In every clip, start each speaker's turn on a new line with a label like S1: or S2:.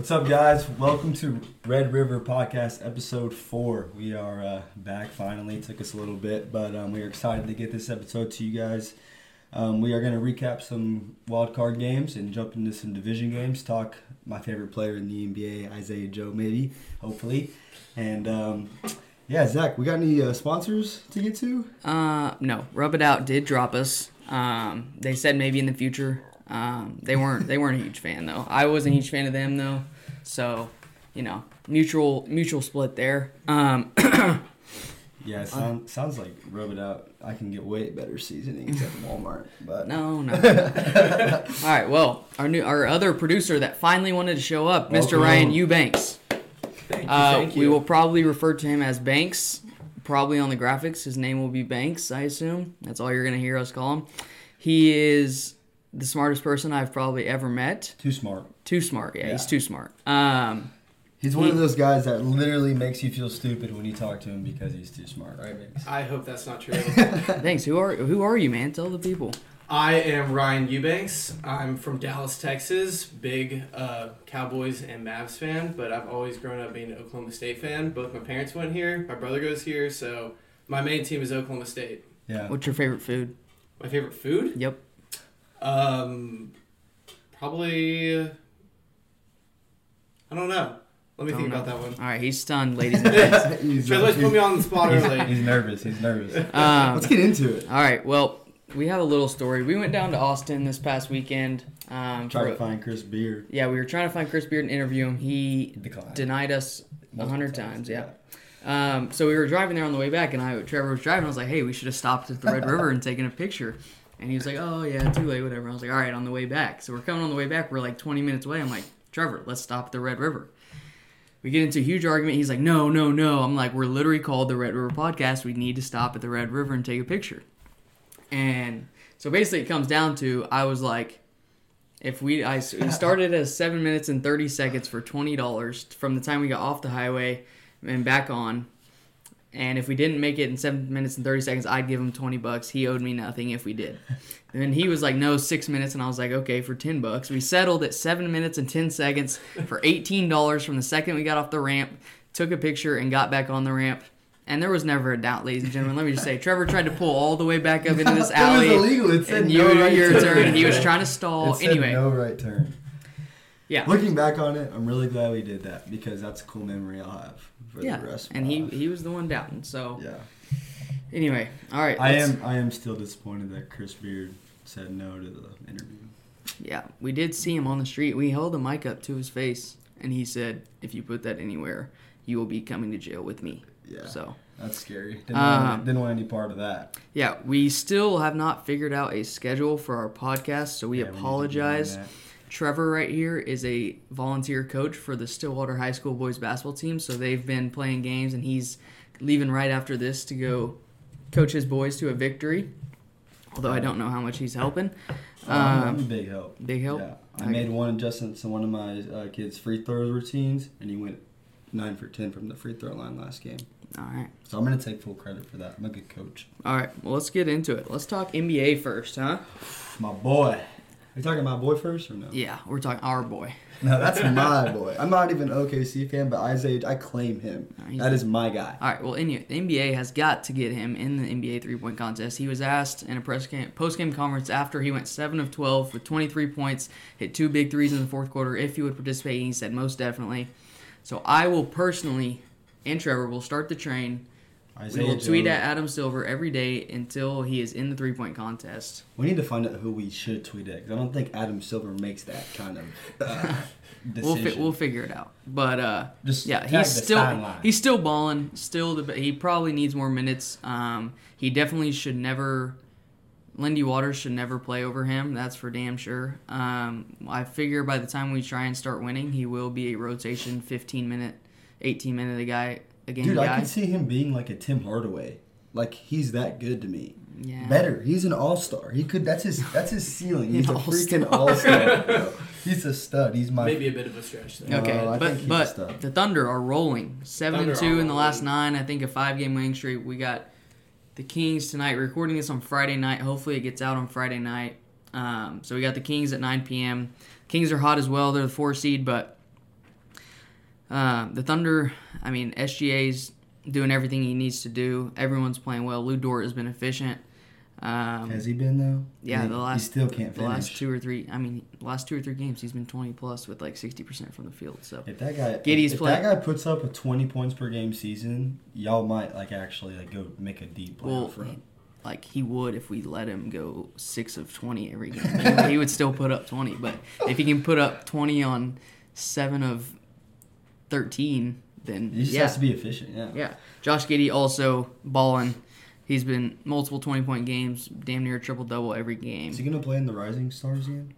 S1: What's up, guys? Welcome to Red River Podcast, episode four. We are uh, back finally. It took us a little bit, but um, we are excited to get this episode to you guys. Um, we are going to recap some wild card games and jump into some division games. Talk my favorite player in the NBA, Isaiah Joe, maybe, hopefully. And um, yeah, Zach, we got any uh, sponsors to get to?
S2: Uh, no, Rub It Out did drop us. Um, they said maybe in the future. Um, they weren't they weren't a huge fan though. I wasn't a huge fan of them though. So, you know, mutual mutual split there. Um,
S1: Yeah, it sound, sounds like rub it out. I can get way better seasonings at Walmart, but
S2: no, no. All right, well, our new our other producer that finally wanted to show up, Mr.
S1: Welcome.
S2: Ryan Eubanks.
S3: Thank you.
S2: Uh,
S3: thank you.
S2: We will probably refer to him as Banks. Probably on the graphics, his name will be Banks. I assume that's all you're gonna hear us call him. He is the smartest person I've probably ever met.
S1: too smart.
S2: Too smart. Yeah, he's
S1: Yeah.
S2: too smart. Um,
S1: He's one of those guys that literally makes you feel stupid when you talk to him because he's too smart, right, Mix?
S3: I hope that's not true.
S2: thanks. Who are who are you, man? Tell the people.
S3: I am Ryan Eubanks. I'm from Dallas, Texas. Big uh, Cowboys and Mavs fan, but I've always grown up being an Oklahoma State fan. Both my parents went here. My brother goes here, so my main team is Oklahoma State.
S1: Yeah.
S2: What's your favorite food?
S3: My favorite food,
S2: Yep.
S3: um, probably. I don't know. Let me
S2: Don't
S3: think
S2: know.
S3: about that one.
S2: All right, he's stunned, ladies and gentlemen.
S1: he's,
S3: Trailer's put me on the spot
S1: he's-
S3: early.
S1: he's nervous. He's nervous.
S2: Um,
S1: Let's get into it.
S2: all right, well, we have a little story. We went down to Austin this past weekend. Um,
S1: Try
S2: for-
S1: to find Chris Beard.
S2: yeah, we were trying to find Chris Beard and interview him. He
S1: Declined.
S2: denied us a
S1: Multiple
S2: hundred times. Yeah. Um, so we were driving there on the way back, and I, Trevor was driving. I was like, "Hey, we should have stopped at the Red River and taken a picture." And he was like, "Oh yeah, too late, whatever." I was like, "All right, on the way back." So we're coming on the way back. We're like 20 minutes away. I'm like, "Trevor, let's stop at the Red River." We get into a huge argument. He's like, "No, no, no." I'm like, "We're literally called the Red River Podcast. We need to stop at the Red River and take a picture." And so basically, it comes down to I was like, if we I we started as seven minutes and thirty seconds for twenty dollars from the time we got off the highway and back on. And if we didn't make it in seven minutes and thirty seconds, I'd give him twenty bucks. He owed me nothing if we did. Then he was like, "No, six minutes," and I was like, "Okay, for ten bucks." We settled at seven minutes and ten seconds for eighteen dollars from the second we got off the ramp, took a picture, and got back on the ramp. And there was never a doubt, ladies and gentlemen. Let me just say, Trevor tried to pull all the way back up into this alley.
S1: It was illegal. It said
S2: And
S1: no
S2: you,
S1: right
S2: your
S1: turn.
S2: turn. He was
S1: It
S2: trying to stall.
S1: said
S2: Anyway,
S1: no right turn.
S2: yeah,
S1: Looking back on it, I'm really glad we did that because that's a cool memory I'll have for
S2: yeah.
S1: the rest. Of
S2: And
S1: my
S2: he
S1: life.
S2: he was the one doubting. So
S1: yeah.
S2: anyway, all right.
S1: I
S2: let's-
S1: am. I am still disappointed that Chris Beard said no to the interview.
S2: Yeah, we did see him on the street. We held a mic up to his face, and he said, "If you put that anywhere, you will be coming to jail with me."
S1: Yeah.
S2: So
S1: That's scary. Didn't, want,
S2: Um,
S1: didn't want any part of that.
S2: yeah, we still have not figured out a schedule for our podcast, so we
S1: Yeah, need to be doing
S2: apologize.
S1: that.
S2: Trevor right here is a volunteer coach for the Stillwater High School boys basketball team, so they've been playing games, and he's leaving right after this to go coach his boys to a victory. Although I don't know how much he's helping.
S1: Um,
S2: Um,
S1: big help.
S2: big help?
S1: Yeah. I
S2: Okay.
S1: made one adjustment to one of my uh, kids' free throw routines, and he went nine for ten from the free throw line last game.
S2: all right,
S1: So I'm gonna take full credit for that. I'm a good coach.
S2: all right. Well, let's get into it. Let's talk NBA first, huh?
S1: My boy. Are you talking my boy first or no?
S2: Yeah, we're talking our boy.
S1: No, that's my boy. I'm not even an OKC fan, but Isaiah, I claim him.
S2: No, he's-
S1: That is my guy.
S2: All right. Well, anyway, the NBA has got to get him in the NBA three point contest. He was asked in a press game, post game conference after he went seven of twelve with twenty three points, hit two big threes in the fourth quarter if he would participate. And he said most definitely. So I will personally and Trevor will start the train. We
S1: Isaiah
S2: will tweet
S1: Joe.
S2: at Adam Silver every day until he is in the three point contest.
S1: We need to find out who we should tweet at 'cause I don't think Adam Silver makes that kind of uh,
S2: We'll
S1: decision.
S2: fi- we'll figure it out. But uh,
S1: Just
S2: yeah,
S1: tag
S2: he's
S1: the
S2: still
S1: timeline.
S2: he's still balling. Still the he probably needs more minutes. Um, he definitely should never. Lindy Waters should never play over him. That's for damn sure. Um, I figure by the time we try and start winning, he will be a rotation, fifteen minute, eighteen minute a guy, a game
S1: Dude, I
S2: guy.
S1: could see him being like a Tim Hardaway. Like he's that good to me.
S2: Yeah.
S1: Better. He's an all star. He could. That's his. That's his ceiling. He's
S2: An
S1: a freaking
S2: all-star.
S1: all star. He's a stud. He's my.
S3: Maybe a bit of a stretch there.
S2: Okay,
S1: No, Uh, I think
S2: but
S1: he's
S2: but
S1: just a-
S2: the Thunder are rolling seven
S3: Thunder
S2: and
S3: are
S2: two in the
S3: rolling.
S2: last nine. I think a five game winning streak. We got the Kings tonight. We're recording this on Friday night. Hopefully, it gets out on Friday night. Um, so we got the Kings at 9 p.m. Kings are hot as well. They're the four seed, but Uh, the Thunder, I mean, SGA's doing everything he needs to do. Everyone's playing well. Lou Dort has been efficient. Um,
S1: Has he been though?
S2: yeah,
S1: He-
S2: the last
S1: he still can't finish.
S2: the last two or three. I mean, the last two or three games, he's been twenty plus with like sixty percent from the field. So
S1: If that guy,
S2: Giddy's
S1: if
S2: play-
S1: that guy puts up a twenty points per game season, y'all might like actually like go make a deep
S2: Well,
S1: playoff run.
S2: like he would if we let him go six of twenty every game. he would still put up twenty, but if he can put up twenty on seven of thirteen, then
S1: He just
S2: yeah,
S1: has to be efficient. Yeah.
S2: yeah. Josh Giddy also balling. He's been multiple twenty point games, damn near triple double every
S1: Is
S2: game.
S1: he gonna play in the Rising Stars again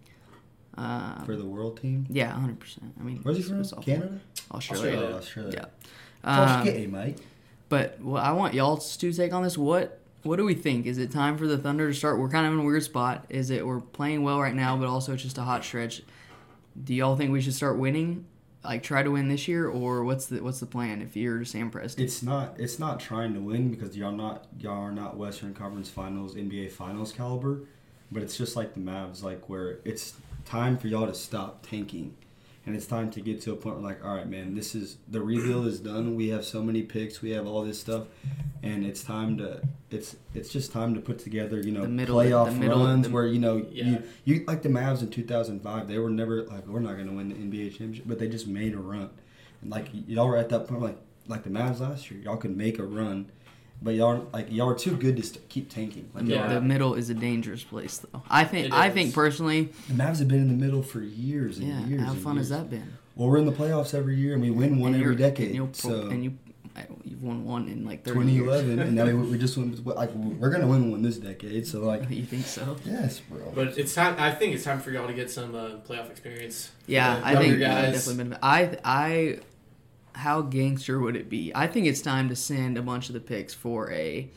S2: Uh,
S1: for the World Team?
S2: yeah, hundred percent. I mean,
S1: Where's he
S2: it's-
S1: from?
S2: it's awful.
S1: Canada.
S2: Australia.
S1: Oh,
S3: Australia.
S1: Australia.
S2: Yeah.
S1: Josh
S2: Um,
S1: Giddey, Mike.
S2: But what I want y'all's two take on this. What what do we think? Is it time for the Thunder to start? We're kind of in a weird spot. Is it we're playing well right now, but also it's just a hot stretch. Do y'all think we should start winning? Like try to win this year, or what's the what's the plan if you're Sam Preston?
S1: It's not. It's not trying to win because y'all not y'all are not Western Conference Finals, NBA Finals caliber. But it's just like the Mavs, like where it's time for y'all to stop tanking, and it's time to get to a point where like, all right, man, this is the rebuild is done. We have so many picks, we have all this stuff, and it's time to. It's it's just time to put together, you know,
S2: The middle-
S1: playoff
S2: the middle-
S1: runs
S2: the-
S1: where you know
S3: Yeah.
S1: you you like the Mavs in two thousand five. They were never like we're not going to win the NBA championship, but they just made a run. And like y- y'all were at that point, like like the Mavs last year, y'all could make a run, but y'all like y'all are too good to st- keep tanking. Like
S3: Yeah.
S2: The middle is a dangerous place, though. I think
S3: It
S2: I
S3: is.
S2: think personally,
S1: the Mavs have been in the middle for years and
S2: yeah.
S1: years.
S2: How
S1: and
S2: fun has
S1: years.
S2: that been?
S1: Well, we're in the playoffs every year, and we win one
S2: And
S1: every
S2: you're-
S1: decade.
S2: And, you'll pro-
S1: so
S2: and you I- you've won one in like 30 years.
S1: 2011, and now we, we just won. Like we're gonna win one this decade. So like
S2: you think so?
S1: yes, bro.
S3: But it's time. I think it's time for y'all to get some uh, playoff experience.
S2: Yeah,
S3: The
S2: I
S3: younger
S2: think that would
S3: guys.
S2: definitely been. I I how gangster would it be? I think it's time to send a bunch of the picks for a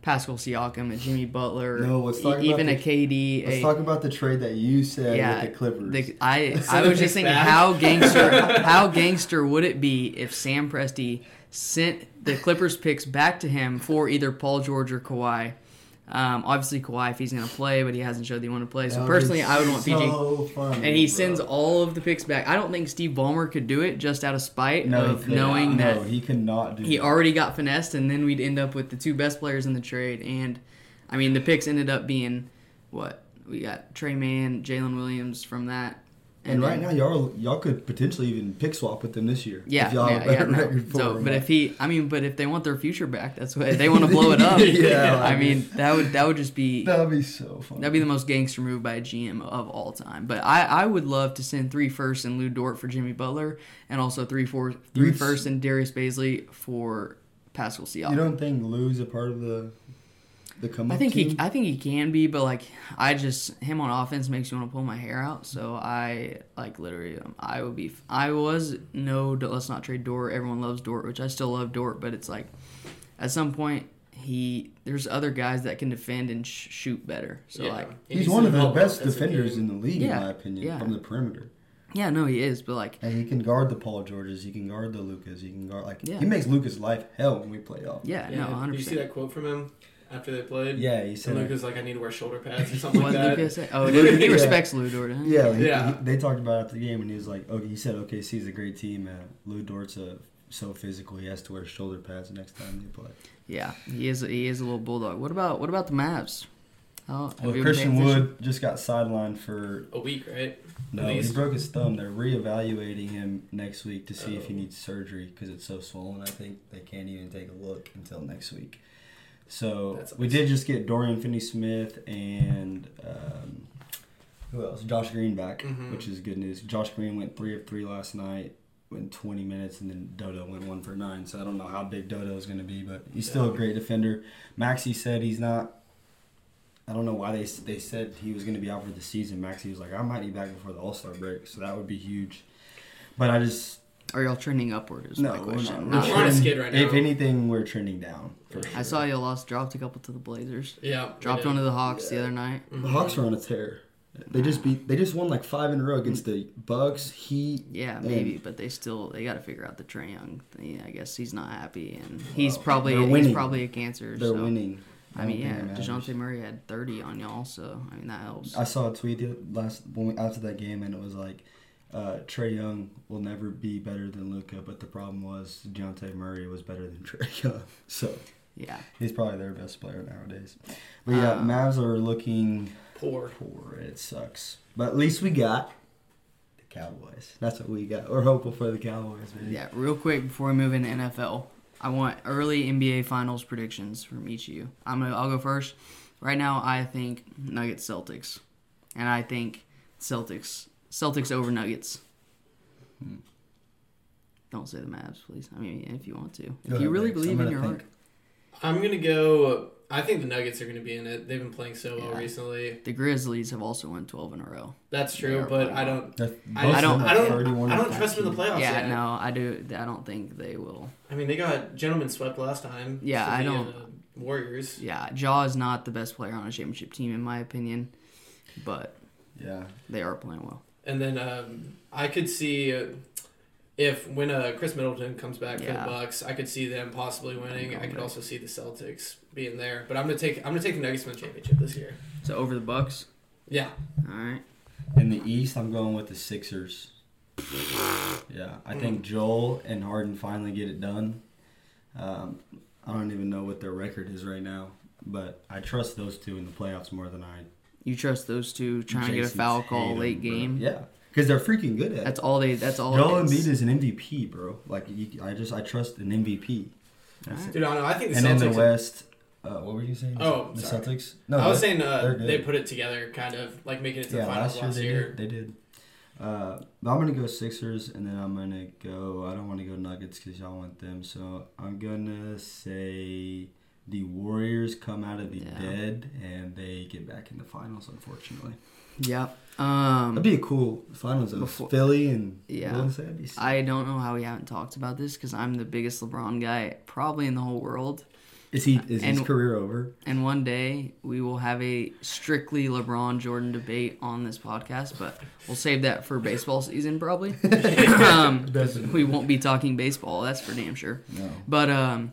S2: Pascal Siakam, a Jimmy Butler,
S1: No, let's
S2: e-
S1: talk about
S2: even
S1: the-
S2: a KD.
S1: Let's
S2: a-
S1: talk about the trade that you said
S2: yeah,
S1: with the Clippers.
S2: the- I
S3: Send
S2: I
S3: the
S2: was just
S3: picks
S2: thinking
S3: back.
S2: how gangster how gangster would it be if Sam Presti sent the Clippers picks back to him for either Paul George or Kawhi. Um, obviously Kawhi if he's gonna play, but he hasn't showed that he want to play.
S1: That
S2: So
S1: would be
S2: personally, I would want PG.
S1: so funny,
S2: And he
S1: bro.
S2: sends all of the picks back. I don't think Steve Ballmer could do it just out of spite
S1: No, he
S2: of
S1: could- no,
S2: knowing that
S1: he could not do.
S2: he
S1: that.
S2: already got finessed, and then we'd end up with the two best players in the trade. And I mean, the picks ended up being what we got: Trey Mann, Jalen Williams from that.
S1: And right
S2: then-
S1: now, y'all y'all could potentially even pick swap with them this year.
S2: yeah,
S1: if y'all have
S2: yeah,
S1: a
S2: yeah,
S1: better
S2: no.
S1: record for
S2: So,
S1: them.
S2: but if he, I mean, but if they want their future back, that's what they want to blow it up.
S1: Yeah,
S2: I
S1: like-
S2: mean, that would that would just be
S1: that'd be so fun.
S2: That'd be the most gangster move by a GM of all time. But I, I would love to send three firsts and Lou Dort for Jimmy Butler, and also three four three
S1: You'd s-
S2: firsts and Darius Baisley for Pascal Siakam.
S1: you don't think Lou's a part of the the come
S2: I
S1: up
S2: think he
S1: team?
S2: I think he can be, but like I just him on offense makes you want to pull my hair out. So I like literally um, I would be I was no d- let's not trade Dort. Everyone loves Dort, which I still love Dort, but it's like at some point he there's other guys that can defend and sh- shoot better. So
S3: Yeah.
S2: like
S3: He
S1: he's
S3: needs
S1: one
S3: to
S1: of the
S3: develop
S1: best
S3: offensive
S1: defenders
S3: game.
S1: in the league,
S2: Yeah,
S1: in my opinion,
S2: yeah.
S1: from the perimeter.
S2: yeah, no, he is, but like
S1: And he can guard the Paul Georges, he can guard the Lucas, he can guard like
S2: Yeah.
S1: he makes Lucas' life hell when we play off.
S2: Yeah,
S3: Yeah,
S2: no, hundred
S3: You see
S2: percent.
S3: that quote from him after they played?
S1: Yeah, he
S3: And
S1: said.
S3: Luke was like, I need to wear shoulder pads or something
S2: What
S3: like that.
S2: Lucas said? Oh, dude, he
S1: Yeah.
S2: respects Lou Dort. Huh?
S1: yeah, he-
S3: Yeah.
S1: he- they talked about it after the game, and he was like, "Okay," he said, "OKC is a great team. Uh, Lou Dort's a, so physical, he has to wear shoulder pads next time they play."
S2: yeah, he is. He is a little bulldog. What about what about the Mavs? Oh, have you
S1: Well,
S2: been
S1: Christian
S2: paying attention?
S1: Wood just got sidelined for
S3: A week, right?
S1: no, he
S3: He's-
S1: broke his thumb. They're reevaluating him next week to see if he
S3: Oh.
S1: needs surgery because it's so swollen. I think they can't even take a look until next week. So
S3: That's
S1: we did just get Dorian Finney-Smith and um, who else? Josh Green back,
S2: Mm-hmm.
S3: Mhm.
S1: which is good news. Josh Green went three of three last night, went 20 minutes, and then Dodo went one for nine. So I don't know how big Dodo is going to be, but he's still a
S3: Yeah.
S1: great defender. Maxi said he's not I don't know why they they said he was going to be out for the season. Maxie was like, I might be back before the All Star break, so that would be huge. But I just
S2: Are y'all trending upward? Is
S1: no,
S2: my question.
S1: we're
S3: We're on a
S1: trending-
S3: skid right now.
S1: If anything, we're trending down. For sure.
S2: I saw you lost. Dropped a couple to the Blazers.
S3: Yeah. we
S2: Dropped
S3: did.
S2: one to the Hawks the other night.
S1: the Hawks are on a tear. They just beat. They just won like five in a row against the Bucks, Heat.
S2: Yeah,
S1: and-
S2: maybe, but they still they got to figure out the Trey Young thing. I guess he's not happy, and he's
S1: Well,
S2: probably
S1: they're
S2: he's
S1: winning.
S2: probably a cancer.
S1: They're
S2: so.
S1: winning.
S2: I mean,
S1: don't
S2: yeah,
S1: think it matters.
S2: Dejounte Murray had thirty on y'all, so I mean that helps.
S1: I saw a tweet the- last when we, after that game, and it was like, uh, Trey Young will never be better than Luca, but the problem was Deontay Murray was better than Trey Young, so
S2: Yeah.
S1: he's probably their best player nowadays. But yeah,
S2: Uh,
S1: Mavs are looking
S3: Poor.
S1: poor. It sucks, but at least we got the Cowboys. That's what we got. We're hopeful for the Cowboys, man.
S2: Yeah. Real quick before we move into NFL, I want early NBA Finals predictions from each of you. I'm gonna. I'll go first. Right now, I think Nuggets Celtics, and I think Celtics Celtics over Nuggets.
S1: Hmm.
S2: Don't say the Mavs, please. I mean, if you want to, if
S1: Go
S2: you
S1: ahead,
S2: really
S1: Riggs.
S2: believe
S1: I'm
S2: in
S1: gonna
S2: your
S1: think.
S2: heart,
S3: I'm gonna go. I think the Nuggets are gonna be in it. They've been playing so well
S2: Yeah.
S3: recently.
S2: the Grizzlies have also won 12 in a row.
S3: That's
S2: They
S3: true,
S2: are
S3: but
S2: playing
S3: I don't.
S1: That's-
S3: I,
S1: both
S2: I
S1: of
S3: don't.
S1: them
S3: I
S1: are
S3: don't.
S1: 31
S3: I don't
S1: and
S3: trust them in the
S1: 19.
S3: playoffs.
S2: yeah,
S3: yet.
S2: no, I do. I don't think they will.
S3: I mean, they got gentlemen swept last time.
S2: Yeah,
S3: to
S2: I
S3: the,
S2: don't-
S3: uh, Warriors.
S2: Yeah, Jaw is not the best player on a championship team, in my opinion, but
S1: Yeah,
S2: they are playing well.
S3: And then um, I could see uh, if when uh, Chris Middleton comes back for
S2: Yeah.
S3: the Bucks, I could see them possibly winning. I
S2: going
S3: could
S2: back.
S3: also see the Celtics being there. But I'm gonna take I'm gonna take the Nuggets win the championship this year.
S2: So over the Bucks.
S3: Yeah,
S2: All right.
S1: In the East, I'm going with the Sixers. Yeah, I think Joel and Harden finally get it done. Um, I don't even know what their record is right now, but I trust those two in the playoffs more than I
S2: You trust those two trying to get a
S1: Jason
S2: foul call
S1: Tatum,
S2: late
S1: bro.
S2: game?
S1: Yeah, because they're freaking good at
S2: That's
S1: it.
S2: all they. That's all.
S1: Joel
S2: it
S1: Embiid
S2: is.
S1: is an MVP, bro. Like you, I just I trust an MVP. That's it.
S3: dude, I don't know. I think the
S1: And in the
S3: Celtics.
S1: West, uh, what were you saying?
S3: Oh,
S1: the
S3: sorry.
S1: Celtics. No,
S3: I was
S1: they're-
S3: saying uh,
S1: they're good.
S3: they put it together, kind of like making it to
S1: yeah,
S3: the
S1: last
S3: finals
S1: year
S3: last
S1: they
S3: year.
S1: did. They did. Uh, but I'm gonna go Sixers, and then I'm gonna go. I don't want to go Nuggets because y'all want them. So I'm gonna say the Warriors come out of the
S2: Yeah.
S1: dead and they get back in the finals. Unfortunately,
S2: Yep.
S1: that'd
S2: Um.
S1: be a cool finals of
S2: Before-
S1: Philly and
S2: Yeah.
S1: Golden State. That'd be sick.
S2: I don't know how we haven't talked about this because I'm the biggest LeBron guy probably in the whole world.
S1: is he is his
S2: and-
S1: career over?
S2: And one day we will have a strictly LeBron Jordan debate on this podcast, but we'll save that for baseball season probably. um, we won't be talking baseball, that's for damn sure.
S1: No.
S2: But um,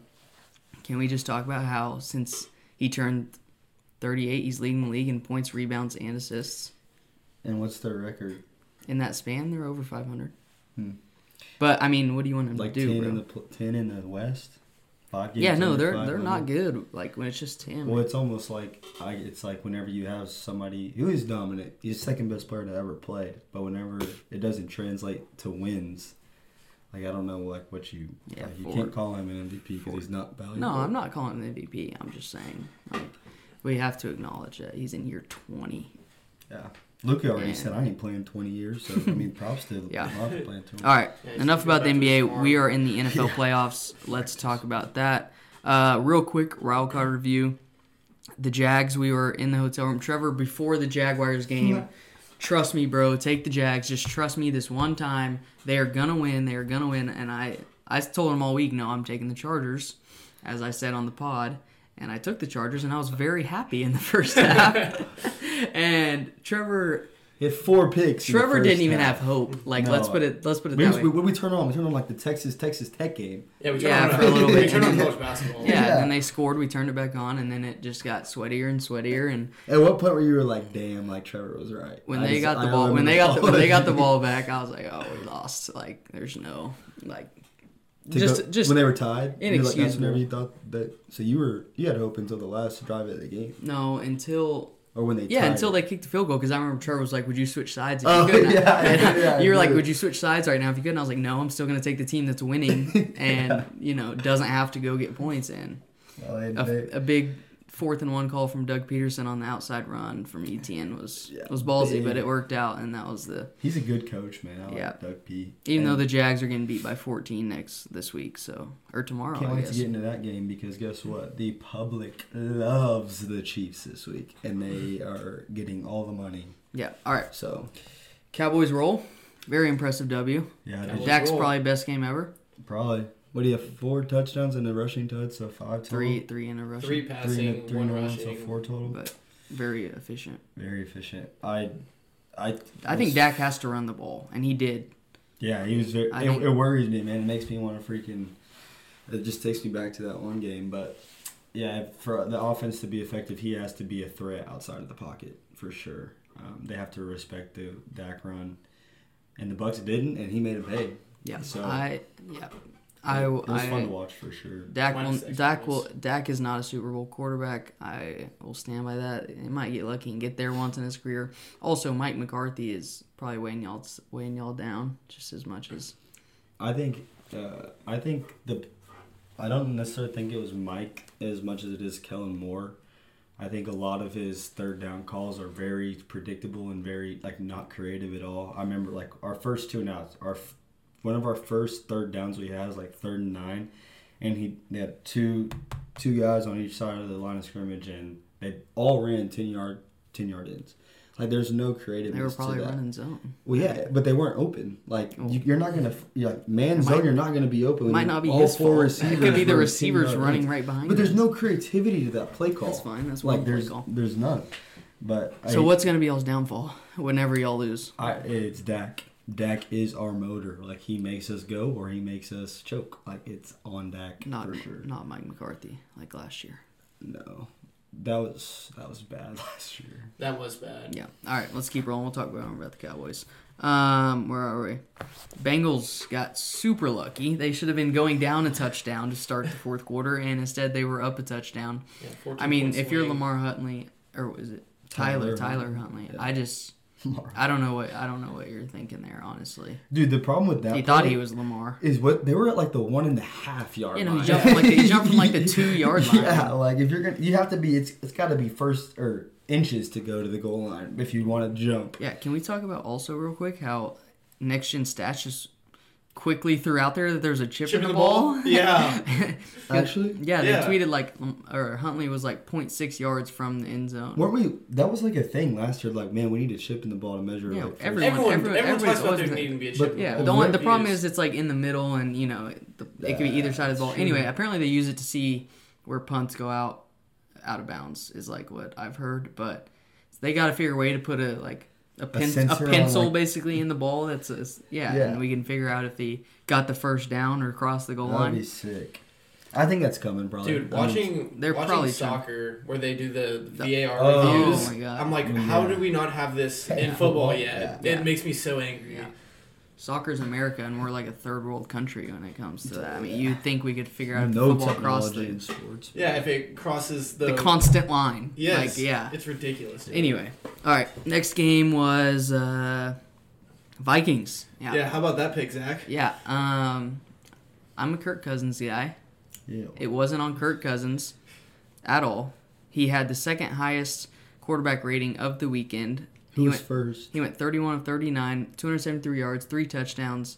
S2: can we just talk about how since he turned 38, he's leading the league in points, rebounds, and assists.
S1: And what's their record?
S2: In that span, they're over 500. But I mean, what do you want him
S1: Hmm. Like
S2: to do,
S1: ten
S2: bro?
S1: in the pl- ten in the West. Five games
S2: yeah, no,
S1: under
S2: they're they're
S1: 500?
S2: not good. Like when it's just him.
S1: Well, it's almost like I, it's like whenever you have somebody who is dominant, he's the second best player to ever play, but whenever it doesn't translate to wins, like I don't know, like what you,
S2: Yeah,
S1: like, you
S2: forward.
S1: can't call him an MVP because he's not valuable.
S2: No, I'm not calling him MVP. I'm just saying like we have to acknowledge that he's in year 20.
S1: Yeah, Luca already
S2: Yeah.
S1: said I ain't playing 20 years, so I mean, props to
S2: Yeah.
S1: LeBron for playing 20.
S2: All right,
S3: Yeah, he's
S2: enough
S3: gonna
S2: about the
S3: go back to his
S2: NBA.
S3: farm.
S2: We are in the NFL playoffs. Let's talk about that. Uh, real quick, wild card review. The Jags. We were in the hotel room. Trevor, before the Jaguars game, trust me, bro. Take the Jags. Just trust me this one time. They are gonna win. They are gonna win. And I, I told him all week. No, I'm taking the Chargers, as I said on the pod. And I took the Chargers, and I was very happy in the first half. and Trevor,
S1: Hit four picks. in the
S2: Trevor
S1: first
S2: didn't even
S1: half.
S2: have hope. Like
S1: No.
S2: let's put it, let's put it
S1: We,
S2: that
S1: just-
S2: way.
S1: we, what we turn on? We turn on like the Texas Texas Tech game.
S3: Yeah, we turn
S2: Yeah,
S3: on
S2: for a little
S3: We
S2: bit.
S3: turn on college basketball.
S2: Yeah,
S1: Yeah.
S2: and then they scored. We turned it back on, and then it just got sweatier and sweatier. And
S1: At what point were you were like, damn, like Trevor was right?
S2: when
S1: I
S2: they
S1: just-
S2: got
S1: I
S2: the ball, when
S1: remember
S2: they got the, when they got the
S1: that.
S2: ball back, I was like, oh, we lost. Like, there's no like,
S1: to
S2: just
S1: go-
S2: just
S1: when they were tied. you were like, that's
S2: inexcusable.
S1: whenever you thought that. So you were you had hope until the last drive of the game,
S2: no until
S1: or when they
S2: yeah
S1: tied.
S2: until they kicked the field goal because I remember Trevor was like, would you switch sides? If
S1: Oh,
S2: you could? And I-
S1: yeah,
S2: and
S1: yeah, I
S2: you were like,
S1: did.
S2: would you switch sides right now if you could? And I was like, no, I'm still gonna take the team that's winning and you know doesn't have to go get points in.
S1: Well, they-
S2: a,
S1: they-
S2: a big fourth and one call from Doug Peterson on the outside run from ETN was
S1: Yeah,
S2: was ballsy,
S1: big.
S2: but it worked out, and that was the
S1: he's a good coach, man. I like
S2: Yeah.
S1: Doug P.
S2: even though
S1: And
S2: the Jags are getting beat by 14 next this week, so or tomorrow,
S1: can't
S2: I
S1: wait
S2: guess.
S1: to get into that game because guess what? The public loves the Chiefs this week, and they are getting all the money.
S2: yeah, all right.
S1: So
S2: Cowboys roll, very impressive W.
S1: yeah,
S3: Yeah,
S1: dude,
S2: Dak's
S3: roll.
S2: probably best game ever.
S1: probably. What do you have? Four touchdowns and a rushing touch, so five total.
S2: Three, three in a rush,
S3: Three
S1: Three
S3: passing,
S1: and a, three
S3: one
S1: and a one, so
S3: rushing.
S1: four total.
S2: but very efficient.
S1: Very efficient. I, I,
S2: I think Dak has to run the ball, and he did.
S1: Yeah, he was very.
S2: I
S1: It,
S2: think-
S1: it worries me, man. It makes me want to freaking. It just takes me back to that one game, but yeah, for the offense to be effective, he has to be a threat outside of the pocket for sure. Um, they have to respect the Dak run, and the Bucks didn't, and he made it pay.
S2: Yeah.
S1: So-
S2: I yeah. I,
S1: it was fun to
S2: I
S1: watch for sure.
S2: Dak will,
S3: Minus extra
S2: Dak will
S3: points.
S2: Dak is not a Super Bowl quarterback. I will stand by that. He might get lucky and get there once in his career. Also, Mike McCarthy is probably weighing y'all weighing y'all down just as much as
S1: I think uh, I think the I don't necessarily think it was Mike as much as it is Kellen Moore. I think a lot of his third down calls are very predictable and very like not creative at all. I remember like our first two and outs, our f- one of our first third downs we had was like third and nine, and he they had two two guys on each side of the line of scrimmage, and they all ran ten yard ten yard ends. Like there's no creativeness.
S2: they were
S1: to
S2: probably
S1: that.
S2: running zone.
S1: Well, yeah, but they weren't open. Like you, you're not gonna you're like man
S2: It
S1: zone.
S2: might-
S1: you're not gonna be open. when
S2: might not be
S1: all
S2: his
S1: four
S2: fault. It
S1: receivers.
S2: could be the
S1: were
S2: receivers
S1: teamed up.
S2: running right behind
S1: But there's
S2: him.
S1: no creativity to that play call.
S2: That's fine. That's one
S1: like
S2: play
S1: there's
S2: call.
S1: there's none. But I-
S2: So what's gonna be y'all's downfall whenever y'all lose?
S1: I, it's Dak. Dak is our motor. Like he makes us go or he makes us choke. Like it's on Dak
S2: Not
S1: for sure.
S2: not Mike McCarthy like last year.
S1: No, that was that was bad last year.
S3: That was bad.
S2: Yeah. All right. Let's keep rolling. We'll talk about, about the Cowboys. Um, where are we? Bengals got super lucky. They should have been going down a touchdown to start the fourth quarter, and instead they were up a touchdown.
S3: Yeah, 14
S2: I mean,
S3: point
S2: if you're
S3: swing.
S2: Lamar Huntley, or was it
S1: Tyler
S2: Tyler?
S1: Huntley.
S2: Tyler, Huntley. I just, I don't know what I don't know what you're thinking there. Honestly,
S1: Dude, the problem with that
S2: he thought
S1: play
S2: he was Lamar.
S1: is what they were at like the one and a half yard.
S2: You know,
S1: line.
S2: he jumped from like the, he jumped from like the two yard line.
S1: Yeah, like if you're gonna, you have to be. It's it's got to be first or inches to go to the goal line if you want to jump.
S2: Yeah, can we talk about also real quick how next gen stats just quickly threw out there that there's a chip, in the, ball?
S3: Yeah.
S1: Actually,
S2: Yeah, they
S3: Yeah.
S2: tweeted like, um, or Huntley was like 0.6 yards from the end zone.
S1: weren't we? That was like a thing last year. Like, man, we need to chip in the ball to measure.
S2: Yeah,
S1: like, first-
S2: everyone-
S3: everyone, everyone,
S2: everybody's
S3: talks about
S2: always
S3: there
S2: like-
S3: needing to be a
S1: But-
S3: chip.
S2: yeah,
S1: Oh,
S2: the, only,
S1: right.
S2: the problem is it's like in the middle, and you know the, it could be either side of the ball. Anyway, apparently they use it to see where punts go out out of bounds is like what I've heard, but they got to figure a way to put a like a, pen, a
S1: sensor on,
S2: pencil
S1: like-
S2: basically in the ball. That's a, yeah,
S1: Yeah.
S2: and we can figure out if he got the first down or crossed the goal
S1: that'd be
S2: line.
S1: sick. I think that's coming, probably.
S3: Dude,
S1: I mean,
S3: watching
S2: they're
S3: watching
S2: probably trying-
S3: soccer where they do the
S2: The-
S3: VAR
S1: Oh
S3: reviews.
S2: my God.
S3: I'm like,
S1: Yeah.
S3: how do we not have this in football yet?
S1: Yeah.
S2: Yeah.
S3: It makes me so angry.
S2: Yeah. Soccer's America, and we're like a third world country when it comes to that. I mean, you'd think we could figure out if
S1: no
S2: football across
S1: technology
S2: the
S1: in sports.
S3: Yeah, if it crosses the,
S2: the constant line.
S3: yes,
S2: Like, yeah.
S3: it's ridiculous. dude.
S2: Anyway, all right. Next game was uh, Vikings. Yeah.
S3: yeah, how about that pick, Zach?
S2: Yeah, Um, I'm a Kirk Cousins guy.
S1: Yeah,
S2: It wasn't on Kirk Cousins at all. He had the second highest quarterback rating of the weekend. He
S1: who's
S2: went,
S1: first?
S2: he went 31 of 39, 273 yards, three touchdowns,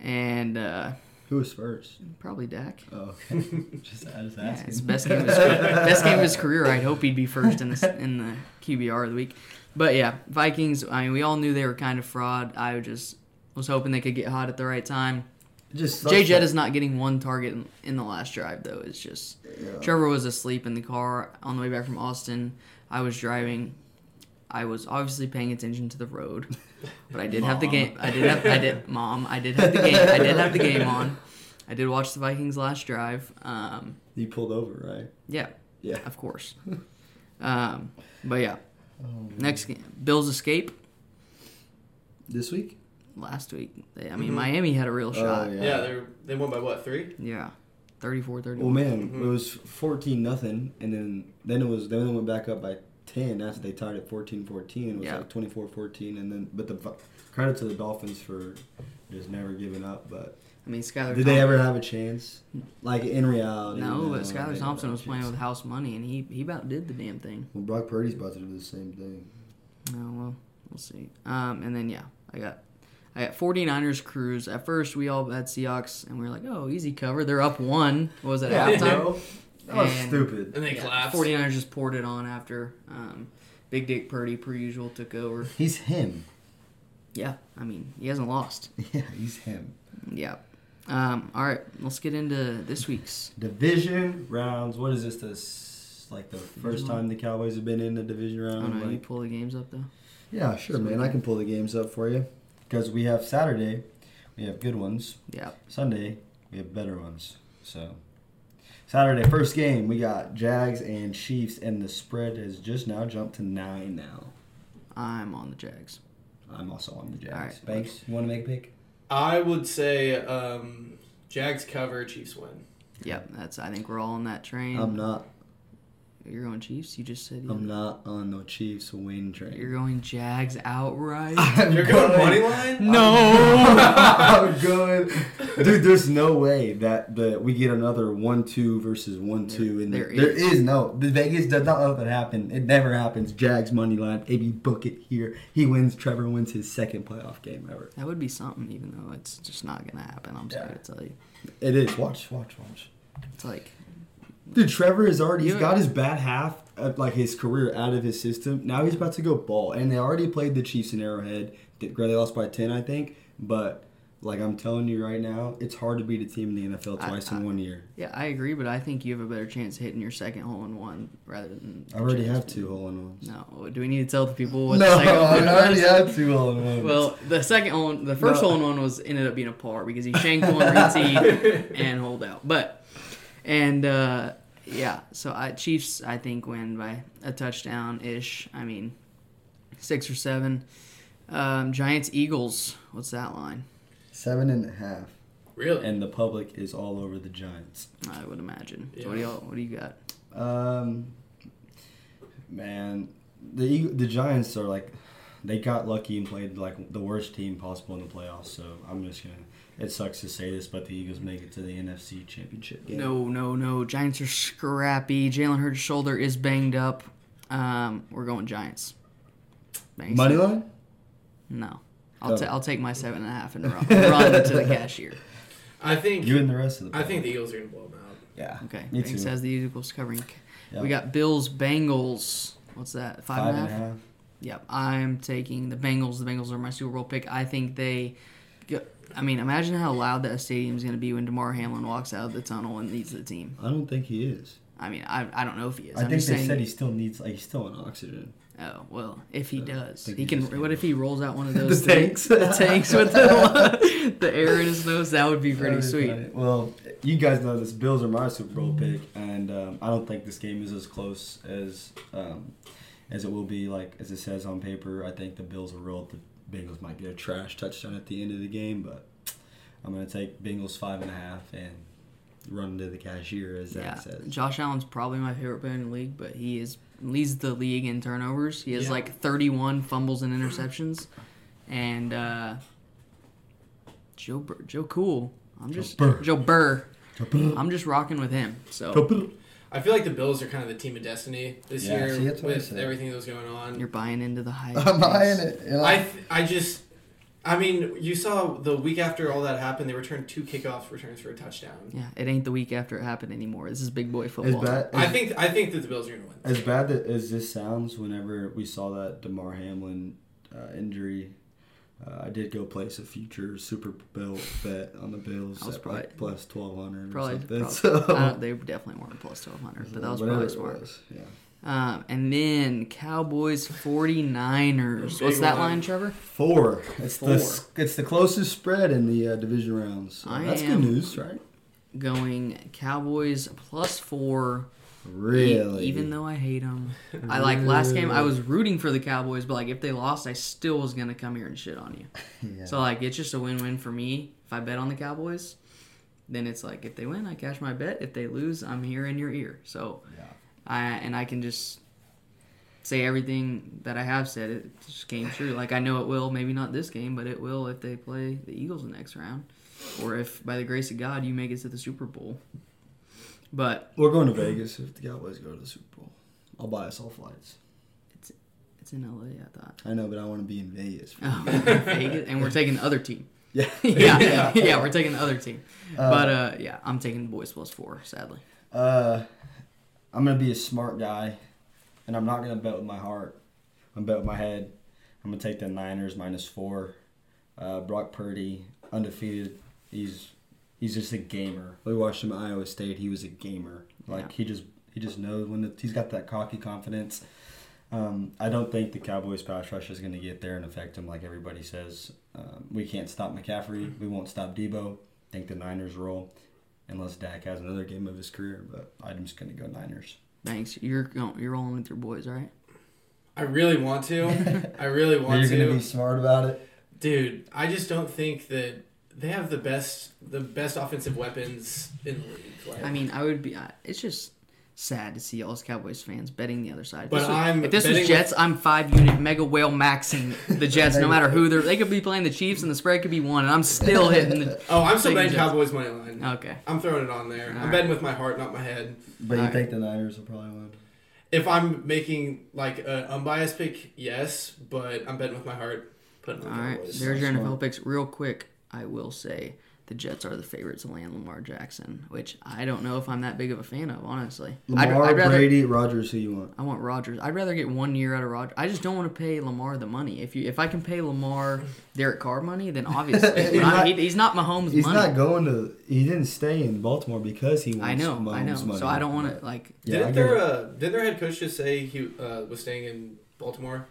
S2: and uh,
S1: Who was first?
S2: probably Dak.
S1: Oh, okay. just I was
S2: Yeah,
S1: asking.
S2: it's best game of his best game of his career. I'd hope he'd be first in the in the QBR of the week. But yeah, Vikings. I mean, we all knew they were kind of fraud. I just was hoping they could get hot at the right time.
S1: just
S2: Jay Jett is not getting one target in, in the last drive though. It's just Trevor was asleep in the car on the way back from Austin. I was driving. I was obviously paying attention to the road, but I did have the
S1: Mom.
S2: game. I did have. I did. Mom, I did have the game. I did have the game on. I did watch the Vikings last drive. Um,
S1: You pulled over, right?
S2: yeah,
S1: Yeah.
S2: of course. um, but yeah, next game, Bills escape
S1: This week?
S2: last week. They, I mean, Miami had a real shot. yeah.
S1: Mm-hmm. Oh, yeah.
S3: Yeah, they're they won by what three?
S2: 34 31.
S1: Well, Oh, man,
S2: Mm-hmm.
S1: it was fourteen nothing, and then then it was then it went back up by ten after they tied at 14-14. It was
S2: Yeah.
S1: like 24-14, and then but the Vi- credit to the Dolphins for just never giving up. But
S2: I mean, Skylar
S1: did they ever have a chance? Like in reality,
S2: No, but
S1: they
S2: Skylar
S1: never
S2: Thompson
S1: had a
S2: was playing
S1: chance.
S2: with house money, and he, he about did the damn thing.
S1: Well, Brock Purdy's about to do the same thing.
S2: Oh, well, we'll see. Um, and then, yeah, I got. I got 49ers cruise. At first, we all had Seahawks, and we were like, "Oh, easy cover. They're up one." What was that
S3: Yeah,
S2: halftime?
S1: bro. that was
S2: And-
S1: stupid.
S3: And they
S2: Yeah,
S3: collapsed.
S2: 49ers just poured it on after um, Big Dick Purdy, per usual, took over.
S1: He's him.
S2: Yeah, I mean, he hasn't lost.
S1: Yeah, he's him.
S2: Yeah. Um, all right, let's get into this week's.
S1: Division rounds. What is this? This like the first time the Cowboys have been in the division round.
S2: Oh no, you
S1: like-
S2: pull the games up though.
S1: Yeah, sure,
S2: So we
S1: man. I can pull the games up for you because we have Saturday, we have good ones.
S2: Yeah.
S1: Sunday, we have better ones. So, Saturday, first game, we got Jags and Chiefs, and the spread has just now jumped to nine now.
S2: I'm on the Jags.
S1: I'm also on the Jags.
S2: All right.
S1: Banks, you want to make a pick?
S3: I would say um, Jags cover, Chiefs win.
S2: Yep, that's. I think we're all on that train.
S1: I'm not.
S2: You're going Chiefs. You just said.
S1: I'm not on the Chiefs win train.
S2: You're going Jags outright.
S1: I'm
S3: You're going money line.
S1: I'm going, dude. There's no way that the we get another one-two versus one-two, and there,
S2: There
S1: there
S2: is.
S1: is no. The Vegas does not let that happen. It never happens. Jags money line. If you book it here, he wins. Trevor wins his second playoff game ever.
S2: That would be something, even though it's just not gonna happen. I'm sorry
S1: Yeah.
S2: to tell you.
S1: It is. Watch, watch, watch.
S2: It's like
S1: Dude, Trevor has already he's
S2: You-
S1: got his bad half of like his career out of his system. Now he's about to go ball, and they already played the Chiefs in Arrowhead. Did- They lost by ten, I think. But like I'm telling you right now, it's hard to beat a team in the NFL
S2: I-
S1: twice
S2: I-
S1: in one year.
S2: Yeah, I agree, but I think you have a better chance of hitting your second hole in one rather than.
S1: I already
S2: James.
S1: have two hole in ones.
S2: No, do we need to tell the people what
S1: No,
S2: the second hole
S1: I already
S2: was?
S1: have two hole in ones.
S2: Well, the second hole, the first
S1: No.
S2: hole in one was ended up being a par because he shanked one green tee and hold out. But and uh, yeah, so I, Chiefs I think win by a touchdown ish. I mean, six or seven. Um, Giants Eagles. What's that line?
S1: seven and a half,
S3: Really?
S1: and the public is all over the Giants.
S2: I would imagine. So what do
S3: Yeah.
S2: y'all? What do you got?
S1: Um, man, the Eag- the Giants are like they got lucky and played like the worst team possible in the playoffs. So I'm just gonna. It sucks to say this, but the Eagles make it to the NFC Championship game.
S2: No, no, no. Giants are scrappy. Jalen Hurts' shoulder is banged up. Um, we're going Giants. Banks.
S1: money line.
S2: No. I'll,
S1: Oh.
S2: ta- I'll take my seven and a half and run, run to the cashier.
S3: I think
S1: You and the rest of the.
S3: I think the Eagles are gonna blow them out.
S1: Yeah.
S2: Okay.
S1: Me
S2: Banks
S1: too.
S2: has the Eagles covering.
S1: Yeah.
S2: We got Bills, Bengals. What's that? Five and a half? Yep. I'm taking the Bengals. The Bengals are my Super Bowl pick. I think they. Go- I mean, imagine how loud that stadium's going to be when DeMar Hamlin walks out of the tunnel and leads the team.
S1: I don't think he is.
S2: I mean, I, I don't know if he is.
S1: I
S2: am
S1: think
S2: just
S1: they
S2: saying,
S1: said he still needs. Like, he's still on oxygen.
S2: Oh well, if he does,
S1: think
S2: he
S1: he just
S2: can. What
S1: did.
S2: if he rolls out one of
S1: The
S2: those
S1: tanks?
S2: the tanks with the, the air in his nose? That would be pretty
S1: That'd be
S2: sweet.
S1: funny. Well, you guys know this. Bills are my Super Bowl pick, and um, I don't think this game is as close as um, as it will be. Like as it says on paper, I think the Bills will roll. The Bengals might get a trash touchdown at the end of the game, but I'm gonna take Bengals five and a half and run to the cashier, as
S2: Yeah,
S1: that says.
S2: Josh Allen's probably my favorite player in the league, but he is leads the league in turnovers. He has
S3: Yeah.
S2: like 31 fumbles and interceptions, and uh, Joe Bur- Joe Cool. I'm just
S1: Burr.
S2: Joe Burr. I'm just rocking with him. So
S3: I feel like the Bills are kind of the team of destiny this
S1: Yeah,
S3: year
S1: see, that's what I
S3: with
S1: said.
S3: everything that was going on.
S2: you're buying into the hype.
S1: I'm buying
S2: Yes.
S1: it. and
S3: I
S1: I-
S3: th- I just I mean you saw the week after all that happened they returned two kickoff returns for a touchdown.
S2: Yeah, it ain't the week after it happened anymore. This is big boy
S1: as
S2: football.
S1: bad
S3: I
S1: as,
S3: think I think that the Bills are gonna win.
S1: as bad that, as this sounds, whenever we saw that Demar Hamlin uh, injury. Uh, I did go place a future Super Bowl bet on the Bills
S2: I was
S1: at
S2: probably-
S1: like plus twelve hundred or
S2: Probably,
S1: something.
S2: probably
S1: so,
S2: I don't- they definitely weren't plus twelve hundred, but that was
S1: whatever
S2: probably
S1: it
S2: smart.
S1: was, Yeah,
S2: Um, and then Cowboys 49ers.
S3: Big
S2: What's that
S3: one.
S2: line, Trevor?
S1: four. It's
S2: Four.
S1: the s- it's the closest spread in the uh, division rounds. So
S2: I
S1: that's
S2: am-
S1: good news, right?
S2: Going Cowboys plus four. E-
S1: Really?
S2: even though I hate them, I like last game. I was rooting for the Cowboys, but like if they lost, I still was gonna come here and shit on you.
S1: yeah.
S2: So like it's just a win-win for me. If I bet on the Cowboys, then it's like if they win, I cash my bet. If they lose, I'm here in your ear. So
S1: Yeah.
S2: I and I can just say everything that I have said. It just came true. Like I know it will. Maybe not this game, but it will if they play the Eagles the next round, or if by the grace of God you make it to the Super Bowl. But
S1: we're going to Vegas if the Cowboys go to the Super Bowl. I'll buy us all flights.
S2: it's in LA, I thought.
S1: I know, but I want to be in Vegas. for-
S2: Oh, Vegas, and we're taking the other team.
S1: Yeah.
S2: yeah, yeah, we're taking the other team.
S1: Uh,
S2: but uh, yeah, I'm taking the boys plus four. Sadly,
S1: Uh, I'm gonna be a smart guy, and I'm not gonna bet with my heart. I'm bet with my head. I'm gonna take the Niners minus four. Uh, Brock Purdy undefeated. He's he's just a gamer. We watched him at Iowa State. He was a gamer. Like
S2: Yeah.
S1: he just he just knows when to, he's got that cocky confidence. Um, I don't think the Cowboys pass rush is going to get there and affect him like everybody says. Um, we can't stop McCaffrey. We won't stop Debo. think the Niners roll unless Dak has another game of his career, but I'm just going to go Niners.
S2: thanks. You're going, you're rolling with your boys, right?
S3: I really want to. I really
S1: Are
S3: want
S1: you
S3: to.
S1: going to be smart about it?
S3: Dude, I just don't think that they have the best the best offensive weapons in the league. Like,
S2: I mean, I would be. I- It's just sad to see all us Cowboys fans betting the other side.
S3: But
S2: This was-
S3: I'm
S2: if this
S3: betting
S2: was
S3: with-
S2: Jets, I'm five unit mega whale maxing the Jets, no matter who they're. They could be playing the Chiefs, and the spread could be one, and I'm still hitting the.
S3: oh, I'm still
S2: Taking
S3: betting
S2: Jets.
S3: Cowboys money line.
S2: Okay.
S3: I'm throwing it on there. I'm
S2: Alright.
S3: betting with my heart, not my head.
S1: But you
S2: Alright.
S1: think the Niners will probably win?
S3: If I'm making like an unbiased pick, yes, but I'm betting with my heart. Putting
S2: All
S3: on
S2: right.
S3: Cowboys.
S2: There's your
S1: That's
S2: NFL
S1: fine.
S2: picks. Real quick, I will say the Jets are the favorites to land Lamar Jackson, which I don't know if I'm that big of a fan of, honestly. I'd-
S1: Lamar,
S2: I'd rather-
S1: Brady, Rodgers, who you want?
S2: I want Rodgers. I'd rather get one year out of Rodgers. I just don't want to pay Lamar the money. If you if I can pay Lamar Derek Carr money, then obviously
S1: He's
S2: But I-
S1: not-
S2: he- he's not Mahomes
S1: He's
S2: money.
S1: not going to. He didn't stay in Baltimore because he wants
S2: I know,
S1: Mahomes
S2: I know.
S1: money.
S2: So I don't want to like
S1: Yeah, I get
S3: didn't their
S1: it.
S3: uh, didn't their head coach just say he uh, was staying in Baltimore?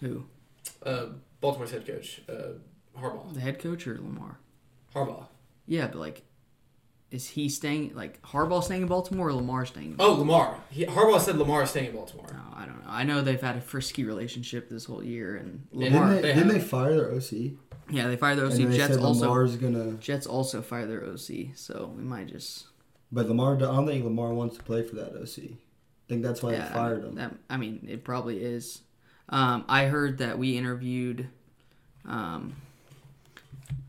S2: who
S3: Uh, Baltimore's head coach uh, Harbaugh.
S2: the head coach or Lamar.
S3: Harbaugh.
S2: Yeah, but like, is he staying like Harbaugh staying in Baltimore or Lamar staying? In
S3: Oh, Lamar. He, Harbaugh said Lamar is staying in Baltimore.
S2: No, I don't know. I know they've had a frisky relationship this whole year, and
S3: Yeah,
S2: Lamar.
S1: Didn't, they,
S3: They
S1: didn't
S3: have-
S1: they fire their OC?
S2: yeah, they fired their
S1: and then
S2: OC.
S1: they
S2: Jets
S1: said
S2: also.
S1: Lamar's gonna.
S2: Jets also fired their OC. So we might just.
S1: But Lamar, I don't think Lamar wants to play for that OC. I think that's why
S2: yeah,
S1: they fired
S2: I mean,
S1: him.
S2: that- I mean, it probably is. Um, I heard that we interviewed um,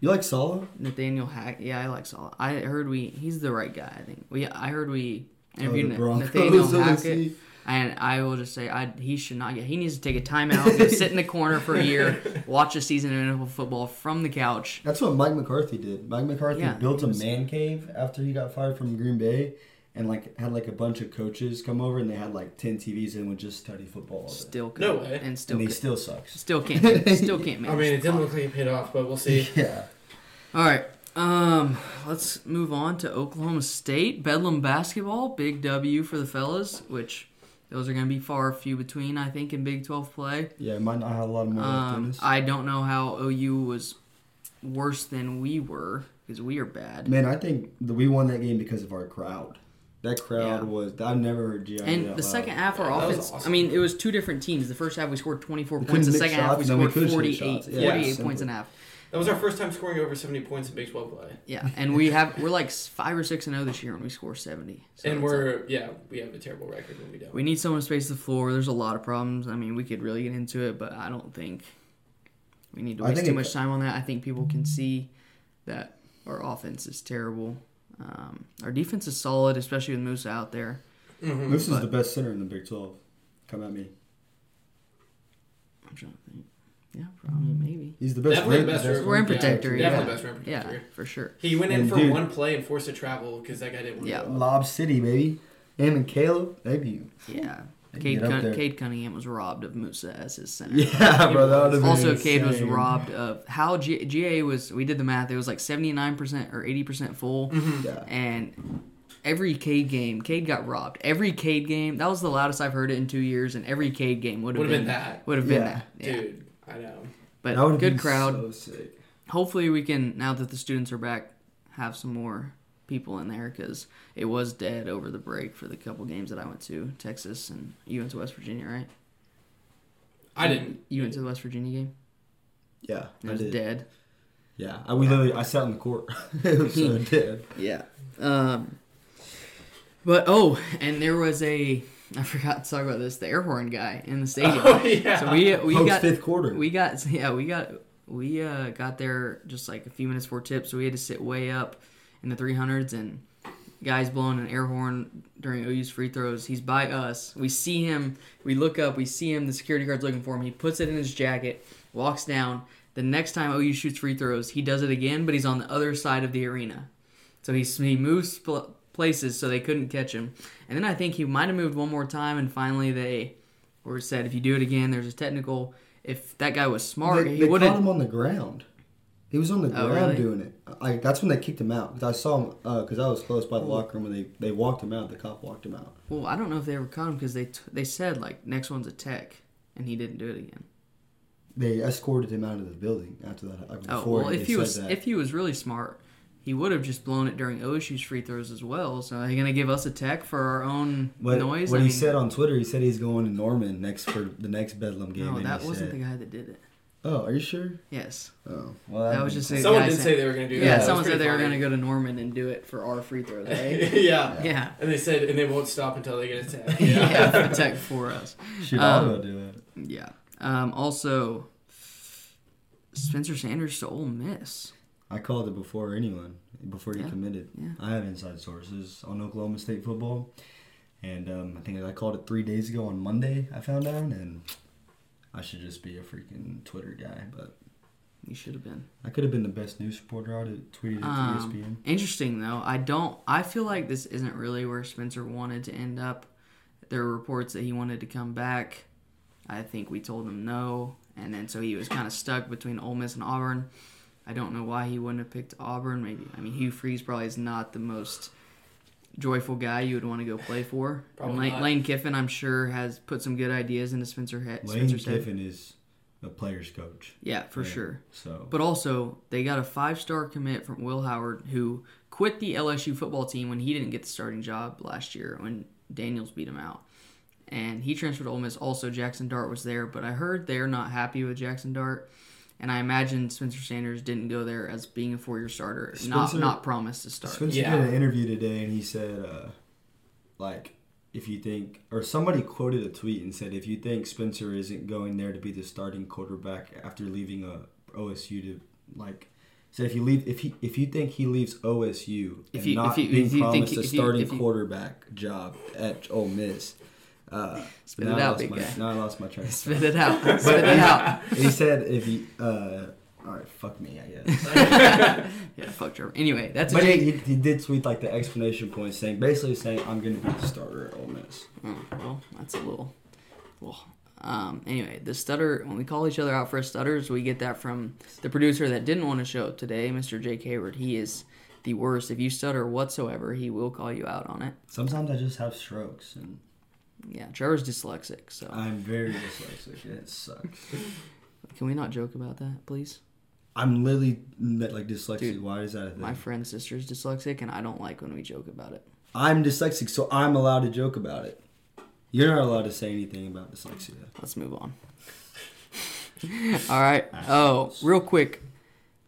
S1: you like Sala?
S2: Nathaniel Hack. Yeah, I like Salah. I heard we. He's the right guy. I think we. I heard we
S1: Oh, the
S2: interviewed Na-
S1: Broncos
S2: Nathaniel
S1: OC.
S2: Hackett. And I will just say, I, he should not get. He needs to take a timeout, go sit in the corner for a year, watch a season of NFL football from the couch.
S1: That's what Mike McCarthy did. Mike McCarthy
S2: Yeah,
S1: built
S2: he
S1: a
S2: was-
S1: man cave after he got fired from Green Bay, and like had like a bunch of coaches come over, and they had like ten TVs and would just study football. All day.
S2: Still could,
S3: No way.
S2: and still
S1: And he
S2: could-
S1: still sucks.
S2: still can't, still can't
S3: I
S2: manage.
S3: mean,
S2: the
S3: it didn't
S2: clock.
S3: look like it paid off, but we'll see.
S1: Yeah.
S2: All right. Um, let's move on to Oklahoma State Bedlam basketball. Big W for the fellas, which those are going to be far few between, I think, in Big Twelve play.
S1: Yeah, might not have a lot of more left in
S2: Um,
S1: us.
S2: I don't know how OU was worse than we were because we are bad.
S1: Man, I think that we won that game because of our crowd. That crowd
S2: Yeah.
S1: was. I've never heard GI.
S2: And the second half, our
S3: Yeah, that was
S2: offense, I
S3: awesome.
S2: mean, it was two different teams. The first half, we scored 24
S1: We
S2: points. The
S1: couldn't mix
S2: second half, we
S1: shots, and then we
S2: scored
S1: could shoot
S2: 48,
S1: shots. Yeah,
S2: 48
S1: simple.
S2: points and a half.
S3: That was our first time scoring over 70 points in Big 12 play.
S2: Yeah, and we have we're like five or six and zero this year when we score 70. So it's like-
S3: and we're, yeah, we have a terrible record when we don't.
S2: we need someone to space the floor. There's a lot of problems. I mean, we could really get into it, but I don't think we need to
S1: I
S2: waste
S1: think
S2: too
S1: it-
S2: much time on that. I think people can see that our offense is terrible. Um, our defense is solid, especially with Musa out there.
S3: Mhm.
S1: This is the best center in the Big Twelve. Come at me.
S2: I'm trying to think. Yeah, probably maybe.
S1: He's the best.
S3: Definitely
S1: rim-
S3: the best rim-
S2: We're in
S3: yeah,
S2: protector. Yeah,
S3: Definitely best rim
S2: yeah,
S3: protector.
S2: for sure.
S3: He went in
S1: And
S3: for
S1: dude-
S3: one play and forced a travel because that guy didn't want
S2: Yeah.
S3: to go.
S1: Lob City, baby. Him and Caleb, baby.
S2: Yeah,
S1: Get
S2: Cade,
S1: up
S2: Cun-
S1: there.
S2: Cade Cunningham was robbed of Musa as his center.
S1: Yeah, bro. That would have been
S2: Also,
S1: insane.
S2: Cade was robbed of how G- GA was. We did the math. It was like 79% or 80% full.
S1: Yeah.
S2: and every Cade game, Cade got robbed. Every Cade game, that was the loudest I've heard it in two years, and every Cade game would have
S3: Would've
S2: been,
S3: been that.
S2: Would have been
S1: Yeah.
S2: that, yeah.
S3: Dude, I know.
S2: But
S1: That would have
S2: good
S1: been
S2: crowd.
S1: So sick.
S2: Hopefully, we can now that the students are back, have some more people in there because it was dead over the break for the couple games that I went to Texas and you went to West Virginia, right?
S3: I didn't.
S2: You went to the West Virginia game.
S1: Yeah,
S2: It
S1: I
S2: was
S1: did.
S2: dead.
S1: Yeah, I, we literally I sat on the court. it was
S2: Hmm.
S1: so dead.
S2: Yeah. Um, but oh, and there was a I forgot to talk about this. The air horn guy in the stadium.
S3: Oh, yeah.
S2: So we we
S1: Post
S2: got
S1: fifth quarter.
S2: we got yeah we got we uh, got there just like a few minutes before tip, so we had to sit way up in the 300s and guys blowing an air horn during OU's free throws. He's by us. We see him. We look up. We see him. The security guard's looking for him. He puts it in his jacket, walks down. The next time OU shoots free throws, he does it again, but he's on the other side of the arena. So he, he moves pl- places so they couldn't catch him. And then I think he might have moved one more time, and finally they were said, if you do it again, there's a technical. If that guy was smart,
S1: They,
S2: he
S1: they
S2: would
S1: caught
S2: have.
S1: him on the ground. He was on the
S2: Oh,
S1: ground
S2: really?
S1: doing it. Like that's when they kicked him out. 'Cause I saw him because I was close by the
S2: Oh.
S1: locker room when they, they walked him out. The cop walked him out.
S2: Well, I don't know if they ever caught him because they, t- they said, like, next one's a tech, and he didn't do it again.
S1: They escorted him out of the building after that. Like,
S2: Oh,
S1: before
S2: well,
S1: they
S2: if he
S1: said
S2: was
S1: that.
S2: if he was really smart, he would have just blown it during OSU's free throws as well. So are they going to give us a tech for our own
S1: What,
S2: noise?
S1: what
S2: I
S1: he
S2: mean,
S1: said on Twitter, he said he's going to Norman next for the next Bedlam game.
S2: No,
S1: and
S2: that
S1: he
S2: wasn't
S1: said-
S2: the guy that did it.
S1: Oh, are you sure?
S2: Yes,
S1: Oh, well,
S2: that
S1: that'd
S2: was
S1: be-
S2: just a
S3: someone
S2: guy
S3: did say
S2: saying-
S3: they were going to do
S2: Yeah,
S3: that. It was
S2: someone said
S3: pretty
S2: they were
S3: funny.
S2: going to go to Norman and do it for our free eh? throws. Right?
S3: yeah.
S2: yeah.
S3: And they said, and they won't stop until they get a tech.
S2: yeah,
S3: Yeah.
S2: yeah tech E for us.
S1: Shoot,
S2: um,
S1: I'll go do it.
S2: Yeah. Um, also, Spencer Sanders to Ole Miss.
S1: I called it before anyone, before you
S2: Yeah.
S1: committed.
S2: Yeah.
S1: I have inside sources on Oklahoma State football, and um, I think I called it three days ago on Monday. I found out, and I should just be a freaking Twitter guy, but
S2: You should have been.
S1: I could have been the best news reporter. I'd have tweeted it to E ESPN.
S2: Um, Interesting though. I don't. I feel like this isn't really where Spencer wanted to end up. There were reports that he wanted to come back. I think we told him no, and then so he was kind of stuck between Ole Miss and Auburn. I don't know why he wouldn't have picked Auburn. Maybe I mean Hugh Freeze probably is not the most joyful guy you would want to go play for. And
S3: Probably
S2: Lane,
S3: not.
S2: Lane Kiffin, I'm sure, has put some good ideas into Spencer he-
S1: Lane
S2: Spencer's head.
S1: Kiffin is a player's coach.
S2: Yeah, for
S1: Yeah.
S2: sure.
S1: So
S2: But also, they got a five star commit from Will Howard, who quit the LSU football team when he didn't get the starting job last year when Daniels beat him out. And he transferred to Ole Miss. Also, Jackson Dart was there, but I heard they're not happy with Jackson Dart. And I imagine Spencer Sanders didn't go there as being a four year starter, not
S1: Spencer-
S2: not promised to start.
S1: Spencer
S3: Yeah.
S1: did an interview today, and he said, uh, like, if you think, or somebody quoted a tweet and said, if you think Spencer isn't going there to be the starting quarterback after leaving uh OSU to like. So if you leave, if he, if you think he leaves OSU
S2: If
S1: and
S2: you-
S1: not
S2: if you- if
S1: being
S2: you think
S1: promised
S2: he-
S1: a
S2: if you-
S1: starting
S2: if you-
S1: quarterback job at Ole Miss, uh,
S2: Spit
S1: now
S2: it
S1: I
S2: out,
S1: lost
S2: big
S1: my,
S2: guy.
S1: Now I lost my train. of thought.
S2: Spit it out. Spit it out.
S1: he said if he, uh, all right, fuck me, I guess.
S2: Yeah, fuck Trevor. Anyway, that's a
S1: But
S2: Jake.
S1: he, he did tweet like the explanation point, saying basically saying I'm going to be the starter at Ole Miss.
S2: Oh, well, that's a little. Well, um, anyway, the stutter, when we call each other out for stutters, we get that from the producer that didn't want to show up today, Mr. Jake Hayward. He is the worst. If you stutter whatsoever, he will call you out on it.
S1: Sometimes I just have strokes, and
S2: Yeah, Trevor's dyslexic, so
S1: I'm very dyslexic, and it sucks.
S2: can we not joke about that, please?
S1: I'm literally n- like dyslexic.
S2: Dude,
S1: Why is that a thing?
S2: My friend's sister's dyslexic, and I don't like when we joke about it.
S1: I'm dyslexic, so I'm allowed to joke about it. You're not allowed to say anything about dyslexia.
S2: Let's move on. All right. Oh, real quick.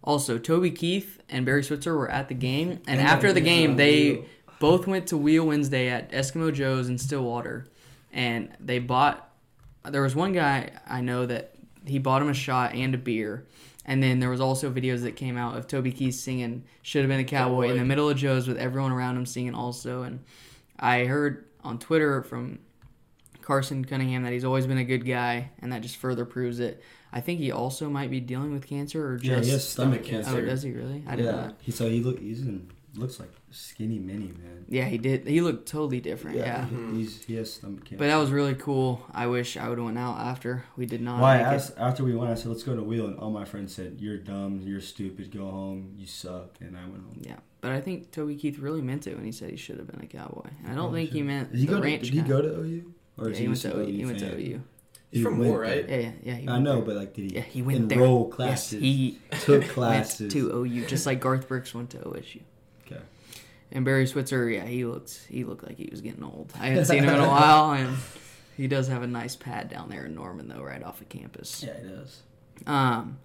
S2: Also, Toby Keith and Barry Switzer were at the game, and,
S1: And
S2: after
S1: that
S2: the
S1: was
S2: game,
S1: on
S2: they
S1: Wheel.
S2: both went to Wheel Wednesday at Eskimo Joe's in Stillwater, and they bought. There was one guy I know that he bought him a shot and a beer, and then there was also videos that came out of Toby Keith singing "Should Have Been a Cowboy" in the
S3: Cowboy.
S2: middle of Joe's with everyone around him singing also, and I heard on Twitter from Carson Cunningham that he's always been a good guy, and that just further proves it. I think he also might be dealing with cancer or
S1: Yeah,
S2: just.
S1: he has stomach
S3: stomach
S1: cancer.
S2: oh, does he really? I didn't know
S1: yeah,
S2: that.
S1: he so he look he's in, looks like skinny mini man.
S2: Yeah, he did. He looked totally different. Yeah.
S1: he- he's he has stomach cancer.
S2: But that was really cool. I wish I would have went out after. We did not.
S1: Why?
S2: make
S1: I
S2: it.
S1: asked, after we went, I said, "Let's go to Wheel," and all my friends said, "You're dumb. You're stupid. Go home. You suck." And I went home.
S2: Yeah, but I think Toby Keith really meant it when he said he should have been a cowboy. And I don't
S1: Probably
S2: think he
S1: should.
S2: meant
S1: Oh, Did he,
S2: the
S1: go to,
S2: ranch.
S1: did he
S2: guy.
S1: go to OU?
S2: Yeah,
S1: is
S2: he went
S1: just
S2: to
S1: an
S2: OU. He went to
S1: fan?
S2: OU.
S3: He's from
S1: went
S3: Moore, right?
S1: there.
S2: Yeah, yeah, yeah. he
S1: I
S2: went
S1: know,
S2: there.
S1: but like, did he?
S2: Yeah, he went there.
S1: enroll
S2: Yes,
S1: classes.
S2: he
S1: took
S2: went
S1: classes.
S2: to OU just like Garth Brooks went to OSU.
S1: Okay.
S2: And Barry Switzer, yeah, he looked he looked like he was getting old. I hadn't seen him in a while, and he does have a nice pad down there in Norman though, right off of campus.
S1: Yeah, he does.
S2: Um,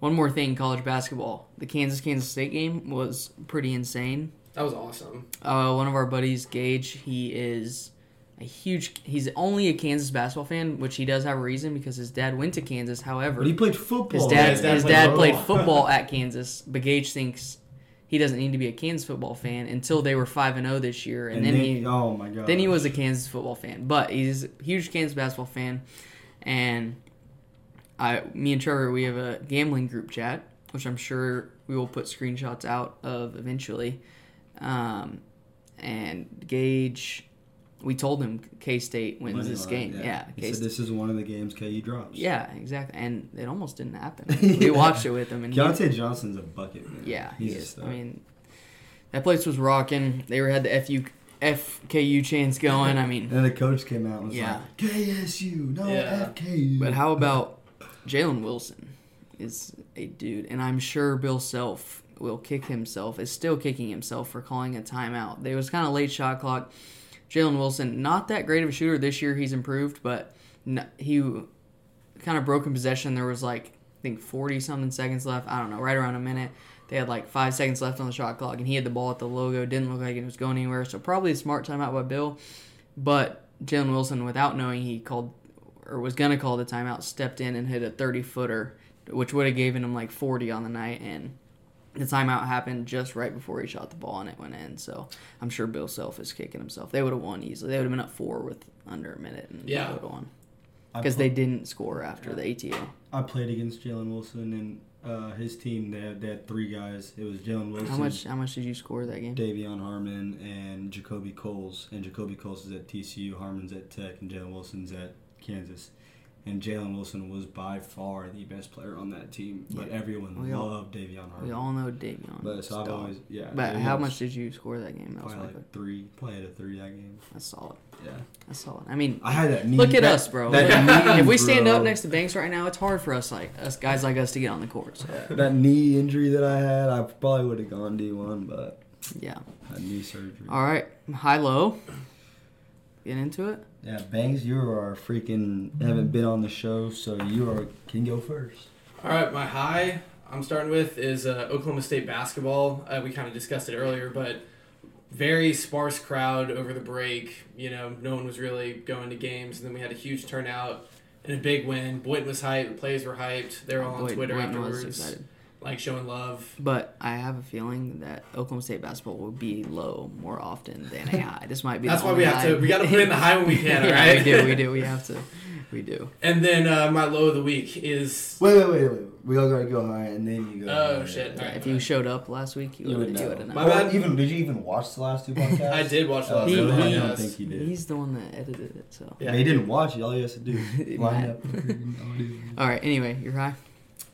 S2: one more thing, college basketball. The Kansas Kansas State game was pretty insane.
S3: That was awesome.
S2: Uh, one of our buddies, Gage, he is a huge. He's only a Kansas basketball fan, which he does have a reason because his dad went to Kansas. However,
S1: But he played football.
S2: his dad,
S3: Yeah,
S2: his
S3: his
S2: dad,
S3: dad played
S2: played
S3: football.
S2: football at Kansas, but Gage thinks he doesn't need to be a Kansas football fan until they were five and zero this year, and,
S1: And
S2: then, he
S1: oh my god.
S2: then he was a Kansas football fan. But he's a huge Kansas basketball fan, and I, me and Trevor, we have a gambling group chat, which I'm sure we will put screenshots out of eventually. Um, and Gage, we told him K State wins
S1: Money
S2: this
S1: line,
S2: game. Yeah,
S1: He
S2: K
S1: said
S2: State.
S1: this is one of the games KU drops.
S2: Yeah, exactly. And it almost didn't happen. We watched it with him, and he-
S1: Keontae Johnson's a bucket man.
S2: yeah,
S1: he's
S2: he
S1: a
S2: is.
S1: stud.
S2: I mean, that place was rocking. They were had the FU, FKU chants going. I mean,
S1: and then the coach came out and was
S2: Yeah.
S1: like, KSU, no
S3: Yeah.
S1: FKU.
S2: But how about Jalen Wilson is a dude, and I'm sure Bill Self will kick himself, is still kicking himself for calling a timeout. There was kind of late shot clock. Jalen Wilson, not that great of a shooter this year. He's improved, but n he kind of broken possession. There was like I think forty something seconds left. I don't know, right around a minute. They had like five seconds left on the shot clock, and he had the ball at the logo. Didn't look like it was going anywhere. So probably a smart timeout by Bill, but Jalen Wilson, without knowing he called or was gonna call the timeout, stepped in and hit a thirty footer, which would have given him like forty on the night and. The timeout happened just right before he shot the ball and it went in. So I'm sure Bill Self is kicking himself. They would have won easily. They would have been up four with under a minute and
S3: Yeah.
S2: they would have won
S1: I
S2: because
S1: pl-
S2: they didn't score after the ATO.
S1: I played against Jalen Wilson and uh, his team. They had, they had three guys. It was Jalen Wilson,
S2: How much? How much did you score that game?
S1: Davion Harmon, and Jacoby Coles. And Jacoby Coles is at TCU. Harmon's at Tech, and Jalen Wilson's at Kansas. And Jalen Wilson was by far the best player on that team, but
S2: Yeah.
S1: everyone
S2: We all-
S1: loved Davion
S2: We
S1: Harmon.
S2: all know Davion.
S1: but so I've
S2: Stop.
S1: always yeah.
S2: but
S1: Davion
S2: how
S1: was
S2: much did you score that game? That was
S1: Probably
S2: like,
S1: like three. Probably had a three that game.
S2: that's solid.
S1: Yeah,
S2: That's solid. I mean,
S1: I had that. Knee,
S2: look at
S1: that-
S2: us, bro.
S1: that
S2: Like,
S1: knee,
S2: if we stand up
S1: bro.
S2: next to Banks right now, it's hard for us like us guys like us to get on the court. So
S1: that knee injury that I had, I probably would have gone D one, but
S2: yeah.
S1: I had knee surgery.
S2: All right, high low. Get into it.
S1: Yeah, Bangs, you are freaking haven't been on the show, so you are can go first.
S3: All right, my high I'm starting with is uh, Oklahoma State basketball. Uh, we kind of discussed it earlier, but very sparse crowd over the break. You know, no one was really going to games, and then we had a huge turnout and a big win. Boynton was hyped. The players were hyped. They were all on
S2: Boy-
S3: Twitter
S2: Boy, no, I was
S3: afterwards,
S2: excited.
S3: like showing love.
S2: But I have a feeling that Oklahoma State basketball will be low more often than a high. This might be.
S3: That's
S2: the
S3: why we
S2: only
S3: have to.
S2: high-
S3: We got to put in the high when we can. All
S2: yeah,
S3: right.
S2: we do. We do. We have to. We do.
S3: And then uh, my low of the week is
S1: Wait, wait, wait, wait. We all gotta go high, and then you go.
S3: Oh,
S1: high.
S3: shit.
S2: Yeah,
S3: Alright,
S2: if
S3: go
S2: you
S3: ahead.
S2: showed up last week, you,
S1: You would
S2: would
S1: know.
S2: have known.
S3: My
S1: Well,
S3: bad.
S1: even did you even watch the last two podcasts?
S3: I did watch the
S1: Oh,
S3: last
S1: really?
S3: two
S1: I don't
S3: podcasts.
S1: think you did.
S2: He's the one that edited it. So
S3: Yeah.
S1: They didn't watch it. All you has to do is line
S2: Matt.
S1: up. the freaking audio.
S2: all right. Anyway, you're high.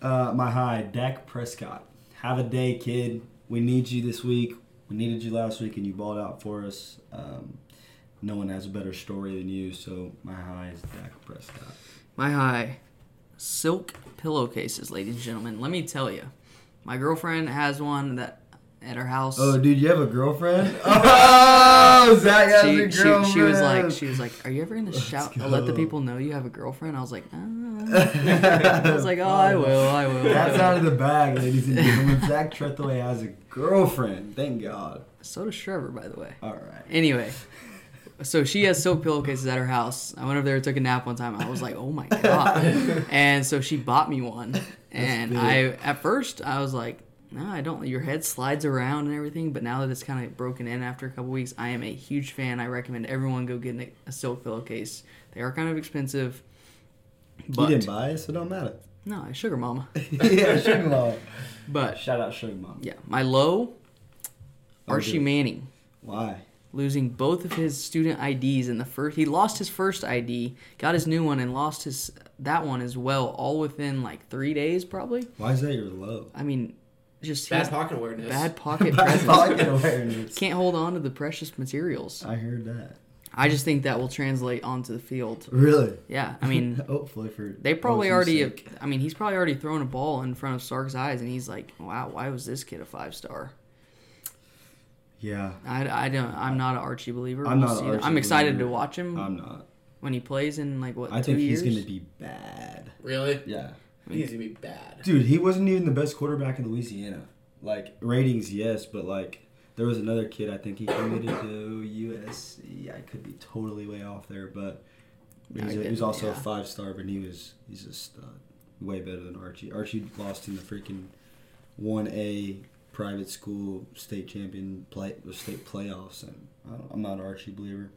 S1: Uh, my high, Dak Prescott. Have a day, kid. We need you this week. We needed you last week, and you balled out for us. Um, no one has a better story than you, so my high is Dak Prescott.
S2: My high, silk pillowcases, ladies and gentlemen. Let me tell you, my girlfriend has one that at her house.
S1: Oh, dude, you have a girlfriend? Oh, Zach has a
S2: she,
S1: girlfriend.
S2: she, she was like, she was like, "Are you ever gonna shout,
S1: go.
S2: let the people know you have a girlfriend?" I was like, uh. I was like, "Oh, I will, I will."
S1: That's out of the bag, ladies and gentlemen. Zach Trethaway has a girlfriend. Thank God.
S2: so does Trevor, by the way.
S1: All right.
S2: Anyway, so she has silk pillowcases at her house. I went over there and took a nap one time. I was like, oh my god! and so she bought me one. And
S1: big.
S2: I, at first, I was like, no, I don't. Your head slides around and everything. But now that it's kind of broken in after a couple weeks, I am a huge fan. I recommend everyone go get a, a silk pillowcase. They are kind of expensive.
S1: You
S2: But
S1: didn't buy it, so it don't matter.
S2: no, sugar mama.
S1: yeah, Sugar Mama.
S2: But
S1: Shout out Sugar Mama.
S2: yeah, my low, Archie
S1: good.
S2: Manning.
S1: Why?
S2: losing both of his student IDs in the first. He lost his first ID, got his new one, and lost his that one as well, all within like three days, probably.
S1: Why is that your low?
S2: I mean, just
S3: Bad
S2: his
S3: pocket awareness.
S2: bad pocket
S1: I
S2: presence.
S1: thought awareness.
S2: Can't hold on to the precious materials.
S1: I heard that.
S2: I just think that will translate onto the field.
S1: Really?
S2: Yeah, I mean,
S1: Hopefully for
S2: they probably
S1: OSU's
S2: already.
S1: sake.
S2: I mean, he's probably already thrown a ball in front of Sark's eyes, and he's like, "Wow, why was this kid a five star?"
S1: Yeah,
S2: I, I don't. I'm not an Archie believer.
S1: I'm
S2: We'll
S1: not an
S2: see. I'm
S1: Archie
S2: excited
S1: believer.
S2: to watch him
S1: I'm not.
S2: when he plays in like what
S1: I
S2: Mm, two
S1: think
S2: years.
S1: he's gonna be bad.
S3: Really?
S1: Yeah,
S3: He's gonna be bad.
S1: dude, he wasn't even the best quarterback in Louisiana. Like ratings, yes, but like there was another kid. I think he committed to USC. I could be totally way off there, but
S2: No,
S1: he's
S2: he
S1: a- he was
S2: didn't,
S1: also a
S2: yeah.
S1: five star. But he was he's a stud. Way better than Archie. Archie lost in the freaking one A private school state champion play state playoffs, and I don't, I'm not an Archie believer.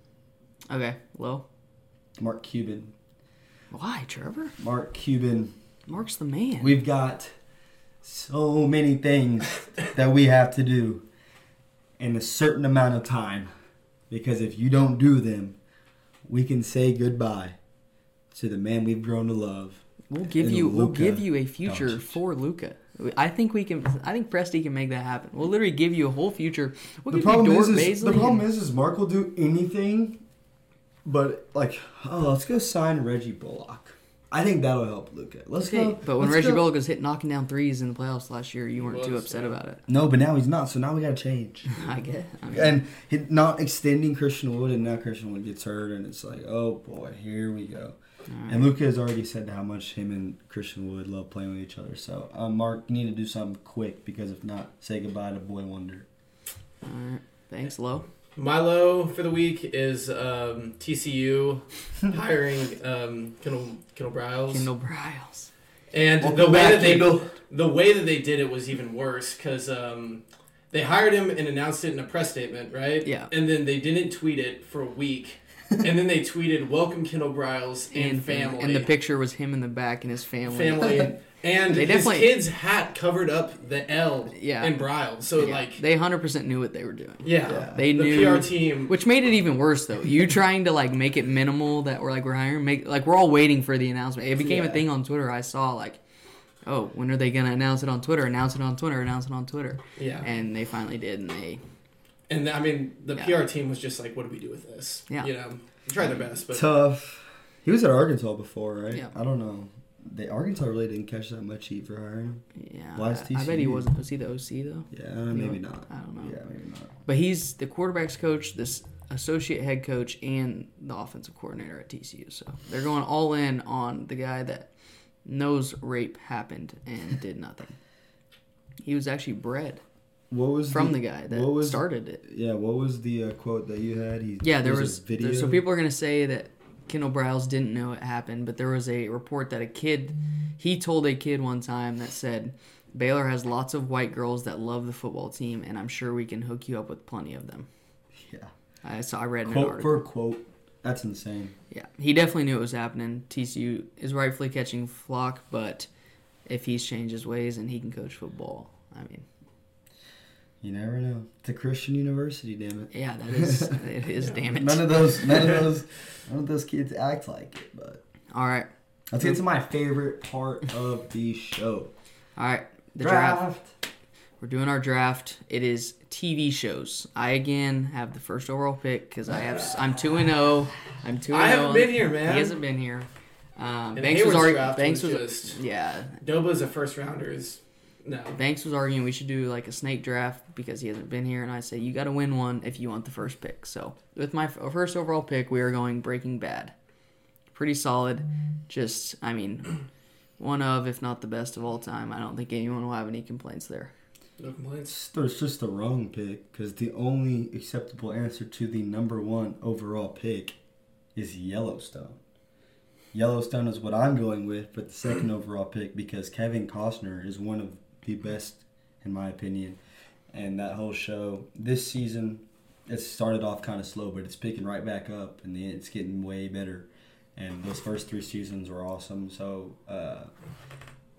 S2: Okay, low.
S1: Mark Cuban.
S2: Why, Trevor?
S1: Mark Cuban.
S2: Mark's the man.
S1: We've got so many things that we have to do in a certain amount of time because if you don't do them, we can say goodbye to the man we've grown to love.
S2: we'll give
S1: and
S2: you. we'll
S1: Luka
S2: give you a future
S1: Doncic.
S2: for Luca. I think we can. I think Presti can make that happen. We'll literally give you a whole future. We'll
S1: the
S2: give you
S1: problem is,
S2: Dort
S1: is
S2: Basley
S1: the problem
S2: and-
S1: is, is Mark will do anything, but like, oh, let's go sign Reggie Bullock. I think that'll help Luca. Let's
S2: Okay,
S1: go.
S2: but when
S1: uh, let's
S2: Reggie
S1: go.
S2: Bullock was hit knocking down threes in the playoffs last year, you weren't too
S3: was,
S2: upset
S3: yeah.
S2: about it.
S1: No, but now he's not. So now we gotta change.
S2: I get. I mean,
S1: And he- not extending Christian Wood, and now Christian Wood gets hurt, and it's like, oh boy, here we go.
S2: Mm.
S1: And Luca has already said how much him and Christian Wood love playing with each other. So, um, Mark, you need to do something quick because if not, say goodbye to Boy Wonder.
S2: all right. Thanks, Lo.
S3: My low for the week is um, TCU hiring um, Kendall, Kendall Briles.
S2: Kendall Bryles.
S3: And
S1: Welcome
S3: the way
S1: back,
S3: that they
S1: Kendall.
S3: the way that they did it was even worse because um, they hired him and announced it in a press statement, right?
S2: Yeah.
S3: And then they didn't tweet it for a week, and then they tweeted "Welcome Kendall Briles and, family."
S2: And the picture was him in the back and his family.
S3: family and, and
S2: They
S3: his
S2: definitely-
S3: kid's hat covered up the L
S2: Yeah.
S3: in Briles. So
S2: Yeah,
S3: like
S2: they 100% knew what they were doing.
S3: yeah,
S2: They
S3: the
S2: knew.
S3: PR team.
S2: Which made it even worse though. You trying to like make it minimal that we're like we're hiring, make like we're all waiting for the announcement. It became a
S1: Yeah.
S2: thing on Twitter. I saw like, oh, when are they gonna announce it on Twitter? Announce it on Twitter. Announce it on Twitter.
S3: yeah.
S2: And they finally did, and they
S3: And I mean, the
S2: Yeah.
S3: PR team was just like, "What do we do with this?"
S2: Yeah.
S3: you know, they tried their best, but
S1: Tough. He was at Arkansas before, right?
S2: Yeah.
S1: I don't know. They Arkansas really didn't catch that much heat for hiring.
S2: yeah.
S1: Why is
S2: I, I bet he
S1: TCU?
S2: wasn't. Was he the OC though?
S1: Yeah, maybe
S2: know,
S1: not.
S2: I don't know.
S1: Yeah, maybe not.
S2: But he's the quarterbacks coach, this associate head coach, and the offensive coordinator at TCU. So they're going all in on the guy that knows rape happened and did nothing. He was actually bred
S1: What was
S2: from the guy that
S1: what was-
S2: started it.
S1: Yeah, what was the uh, quote that you had? He,
S2: Yeah, there
S1: there's a
S2: was there- so people are gonna say that Kendall Browse didn't know it happened, but there was a report that a kid he told a kid one time that said Baylor has lots of white girls that love the football team, and I'm sure we can hook you up with plenty of them.
S1: Yeah.
S2: I saw I read in an
S1: Quote
S2: article.
S1: for quote. That's insane.
S2: Yeah, he definitely knew it was happening. TCU is rightfully catching flock, but if he's changed his ways and he can coach football, I mean,
S1: You never know. It's a Christian university, damn it.
S2: yeah, that is it is damn it.
S1: None of those, none of those, none of those kids act like it. But
S2: all right,
S1: let's get to my favorite part of the show.
S2: all right, the draft. We're doing our draft. It is TV shows. I again have the first overall pick because I have I'm two and zero. I'm two.
S3: I haven't been here, man.
S2: He hasn't been here. Um,
S3: And
S2: Banks was
S3: Hayward's
S2: already.
S3: draft
S2: Banks was
S3: was just-
S2: yeah.
S3: Doba's a first rounder. Is no,
S2: Banks was arguing we should do like a snake draft because he hasn't been here, and I say you got to win one if you want the first pick. So with my f- uh, first overall pick, we are going Breaking Bad. Pretty solid. Just I mean, one of if not the best of all time. I don't think anyone will have any complaints there.
S3: no complaints.
S1: It's, it's just the wrong pick because the only acceptable answer to the number one overall pick is Yellowstone. Yellowstone is what I'm going with for the second overall pick because Kevin Costner is one of the best, in my opinion. And that whole show this season, it started off kind of slow, but it's picking right back up and it's getting way better. And those first three seasons were awesome. So uh,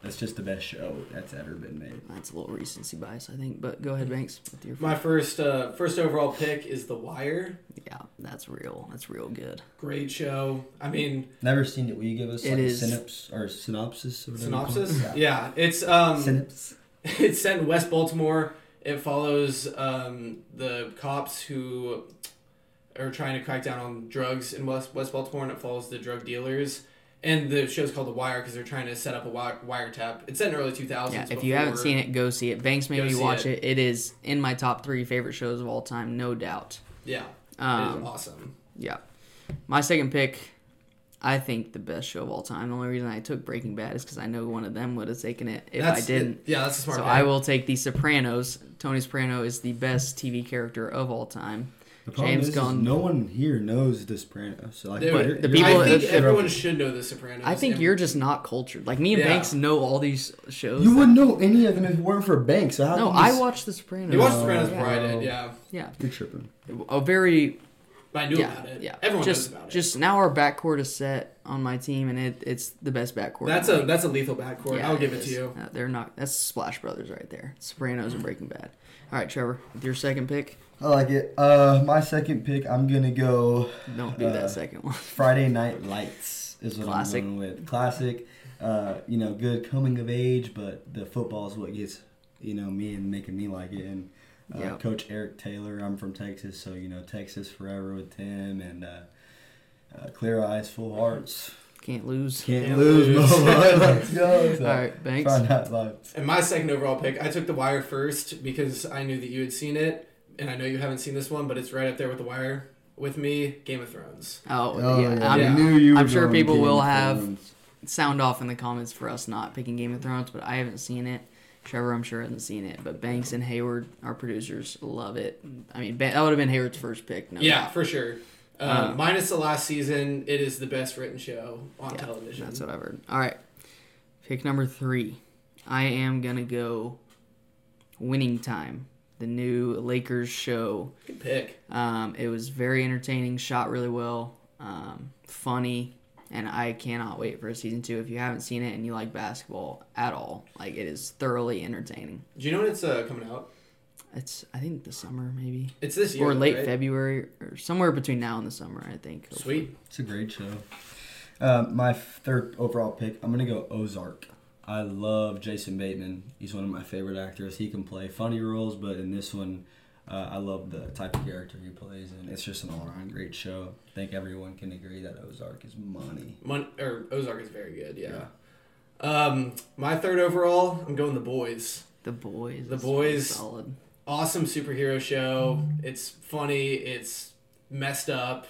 S1: that's just the best show that's ever been made.
S2: That's a little recency bias, I think. But go ahead, Banks. With your
S3: My first uh, first overall pick is The Wire.
S2: yeah, that's real. That's real good.
S3: Great show. I mean,
S1: Never seen it. Will you give us
S2: It
S1: like
S2: is-
S1: a synopsis or synopsis? Or whatever you call it?
S3: synopsis. Yeah, it's um,
S1: Synopsis.
S3: it's set in West Baltimore. It follows um, the cops who are trying to crack down on drugs in West West Baltimore, and it follows the drug dealers. And the show's called The Wire because they're trying to set up a wi- wiretap. It's set in early 2000s.
S2: Yeah, if you haven't
S3: before-
S2: seen it, go see it. Banks made
S3: Go
S2: me
S3: see
S2: watch
S3: it.
S2: it. It is in my top three favorite shows of all time, no doubt.
S3: yeah, it
S2: Um,
S3: is awesome.
S2: Yeah. My second pick, I think the best show of all time. The only reason I took Breaking Bad is because I know one of them would have taken it if I didn't.
S3: yeah, that's a smart.
S2: so
S3: pick.
S2: I will take The Sopranos. Tony Soprano is the best TV character of all time.
S1: The problem
S2: James
S1: is, is
S2: Gunn.
S1: no one here knows this brand. So like,
S3: Dude,
S2: But
S1: you're-
S2: the
S1: you're
S2: people-
S3: I
S1: right.
S3: think
S2: that-
S3: everyone should know The Sopranos.
S2: I think
S3: and-
S2: you're just not cultured. Like me and
S3: Yeah.
S2: Banks know all these shows.
S1: you
S2: that-
S1: wouldn't know any of them if it weren't for Banks. So how
S2: No,
S1: can
S2: I
S1: s-
S2: watched The Sopranos.
S3: You watched The Sopranos before I
S1: No.
S3: did, yeah.
S2: Yeah,
S1: You're tripping.
S2: a very
S3: But I knew
S2: yeah,
S3: about it.
S2: yeah.
S3: Everyone
S2: just,
S3: knows about it.
S2: Just now our backcourt is set on my team, and it, it's the best backcourt.
S3: that's a that's a lethal backcourt.
S2: Yeah,
S3: I'll give it to
S2: is.
S3: you.
S2: No, they're not. That's Splash Brothers right there. Sopranos and Breaking Bad. All right, Trevor, with your second pick.
S1: I like it. Uh, my second pick, I'm gonna go
S2: Don't do
S1: Uh,
S2: that second one.
S1: Friday Night Lights is what
S2: Classic.
S1: I'm going with. Classic. Uh, you know, good coming of age, but the football's what gets you know me and making me like it. And uh,
S2: Yeah.
S1: Coach Eric Taylor, I'm from Texas, so you know Texas forever with Tim and uh, uh, clear eyes, full hearts.
S2: Can't lose.
S1: Can't
S3: Yeah.
S1: lose, Momo. Let's go. So,
S2: All right, thanks.
S1: Find out live.
S3: And my second overall pick, I took The Wire first because I knew that you had seen it, and I know you haven't seen this one, but it's right up there with The Wire with me, Game of Thrones.
S2: Oh,
S1: Oh,
S2: yeah.
S1: yeah.
S2: I'm,
S1: I knew you.
S2: I'm
S1: were
S2: sure
S1: going
S2: people
S1: Game
S2: will
S1: of
S2: have-
S1: Thrones.
S2: Sound off in the comments for us not picking Game of Thrones, but I haven't seen it. Trevor, I'm sure hasn't seen it, but Banks and Hayward, our producers, love it. I mean, Ban- that would have been Hayward's first pick. No
S3: Yeah, for sure. Uh,
S2: Uh,
S3: minus the last season, it is the best written show on
S2: Yeah,
S3: television.
S2: That's what I've heard. All right. Pick number three. I am going to go Winning Time, the new Lakers show.
S3: Good pick.
S2: Um, it was very entertaining, shot really well, um, funny, and I cannot wait for season two. If you haven't seen it and you like basketball at all, like it is thoroughly entertaining.
S3: Do you know when it's uh, coming out?
S2: It's, I think, the summer maybe.
S3: It's this year.
S2: Or late
S3: right?
S2: February, or somewhere between now and the summer, I think.
S3: Sweet.
S1: It's a great show. Um, my third overall pick, I'm gonna go Ozark. I love Jason Bateman. He's one of my favorite actors. He can play funny roles, but in this one, uh, I love the type of character he plays, and it's just an all-around great show. I think everyone can agree that Ozark is money.
S3: Mon- or Ozark is very good. Yeah. Um, my third overall, I'm going The Boys.
S2: The boys.
S3: The
S2: is
S3: Boys.
S2: Solid.
S3: Awesome superhero show. It's funny. It's messed up.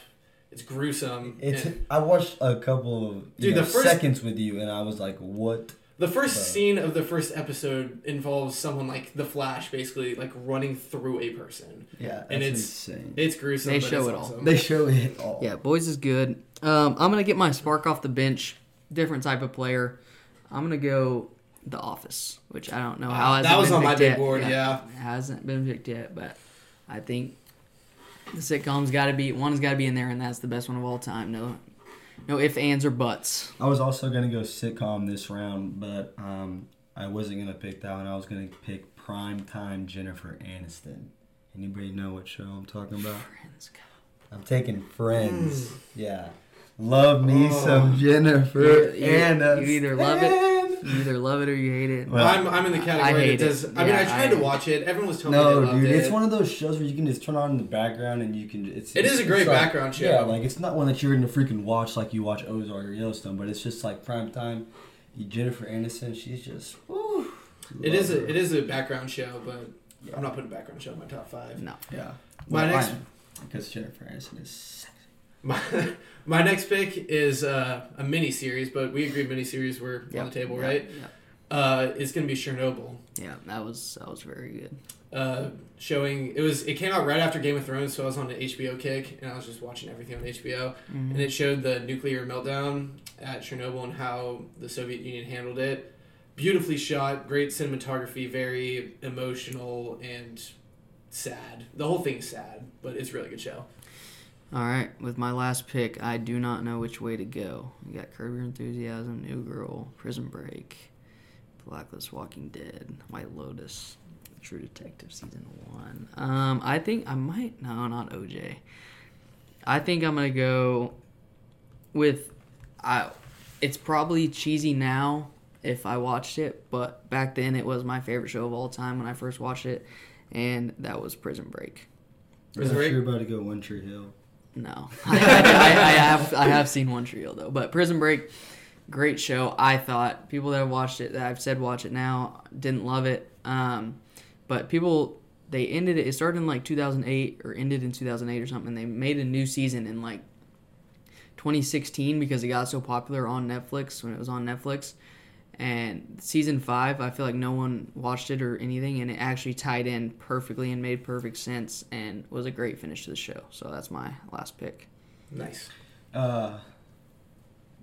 S3: It's gruesome.
S1: It's.
S3: and
S1: I watched a couple of you
S3: Dude,
S1: know,
S3: the first-
S1: seconds with you, and I was like, "What?"
S3: the first
S1: Bro.
S3: scene of the first episode involves someone like the Flash, basically like running through a person.
S1: Yeah, that's
S3: And it's-
S1: insane.
S3: It's gruesome.
S2: They
S3: but
S2: show
S3: it's
S2: it all.
S3: awesome.
S1: Mm. they show it all.
S2: Yeah, boys is good. Um, I'm gonna get my spark off the bench, different type of player. I'm gonna go The Office, which I don't know how
S3: Uh,
S2: hasn't
S3: that was
S2: been
S3: on my
S2: picked
S3: big
S2: yet.
S3: board, yeah.
S2: it hasn't been picked yet, but I think the sitcom's got to be one's got to be in there, and that's the best one of all time. No, no ifs, ands, or buts.
S1: I was also gonna go sitcom this round, but um, I wasn't gonna pick that one. I was gonna pick primetime Jennifer Aniston. Anybody know what show I'm talking about?
S2: Friends, God.
S1: I'm taking
S2: Hmm.
S1: Friends. Yeah, love me
S3: Oh.
S1: some Jennifer
S2: You- you-
S1: Aniston.
S2: you either love it- You either love it or you hate it.
S1: Well,
S3: I'm, I'm in the
S2: I
S3: category
S2: hate
S3: that does.
S2: it.
S3: I mean,
S2: Yeah,
S3: I tried
S2: I-
S3: to watch it. Everyone was telling me they
S1: No,
S3: loved
S1: dude,
S3: it.
S1: it's one of those shows where you can just turn on in the background and you can. It's
S3: It is a
S1: it's
S3: great
S1: like-
S3: background show.
S1: Yeah, like it's not one that you're gonna freaking watch like you watch Ozark or Yellowstone, but it's just like prime time. Jennifer Aniston, she's just. Woo,
S3: It is
S1: love
S3: a
S1: her.
S3: it is a background show, but
S1: Yeah.
S3: I'm not putting background show in my top five.
S2: No,
S1: Yeah.
S3: My
S1: Well,
S3: next-
S1: I am, because Jennifer Aniston is sexy.
S3: My my next pick is uh, a mini series, but we agreed mini series were
S2: Yep.
S3: on the table,
S2: Yep.
S3: right?
S2: Yep.
S3: Uh, it's gonna be Chernobyl,
S2: Yeah, that was that was very good.
S3: uh, showing it was it came out right after Game of Thrones, so I was on an HBO kick and I was just watching everything on HBO, and it showed the nuclear meltdown at Chernobyl and how the Soviet Union handled it. Beautifully shot, great cinematography, very emotional and sad. The whole thing's sad, but it's a really good show.
S2: All right, with my last pick, I do not know which way to go. We got Curb Your Enthusiasm, New Girl, Prison Break, Blacklist, Walking Dead, White Lotus, True Detective season one. Um, I think I might no, not OJ. I think I'm gonna go with. I, it's probably cheesy now if I watched it, but back then it was my favorite show of all time when I first watched it, and that was Prison Break.
S3: Prison
S1: I thought
S3: Break?
S1: you were about to go One Tree Hill.
S2: No, I, I, I have I have seen One Tree Hill though, but Prison Break, great show. I thought people that have watched it that I've said watch it now didn't love it, um, but people they ended it. It started in like 2008 or ended in 2008 or something. They made a new season in like 2016 because it got so popular on Netflix when it was on Netflix. And season five, I feel like no one watched it or anything, and it actually tied in perfectly and made perfect sense and was a great finish to the show. So that's my last pick.
S3: Nice.
S1: Uh,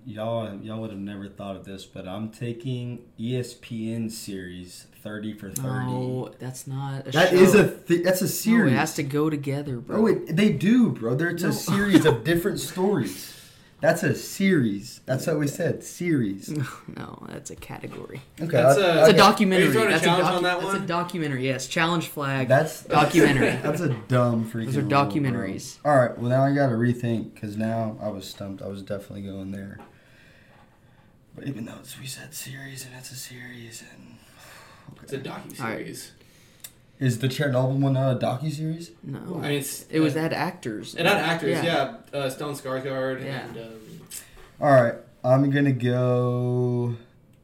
S1: y'all, y'all would have never thought of this, but I'm taking E ESPN series Thirty for Thirty.
S2: No, that's not a
S1: that
S2: show.
S1: is a th- that's a
S2: No,
S1: series.
S2: it has to go together, bro.
S1: Bro, it, they do, bro. There- It's
S2: No.
S1: a series of different stories. That's a series. That's what we said. Series. Okay.
S2: no, that's a category.
S3: That's a-
S2: It's
S3: Okay.
S2: a documentary.
S3: Are you throwing a
S2: that's
S3: challenge
S2: docu-
S3: on that
S2: That's
S3: one?
S2: a documentary. Yes, challenge flag.
S1: That's
S2: Documentary.
S1: That's a dumb freaking.
S2: Those are
S1: rule, bro.
S2: documentaries.
S1: All right. Well, now I got to rethink because now I was stumped. I was definitely going there. But even though it's, we said series and it's a series and.
S3: It's a
S1: Okay.
S3: docu series.
S1: Is the Chernobyl one not a docu series?
S2: no.
S3: I mean, it's,
S2: it was
S3: uh,
S2: that actors.
S3: and not actors. Yeah, Uh, Stellan Skarsgård
S2: Yeah.
S3: and um,
S1: All right. I'm gonna go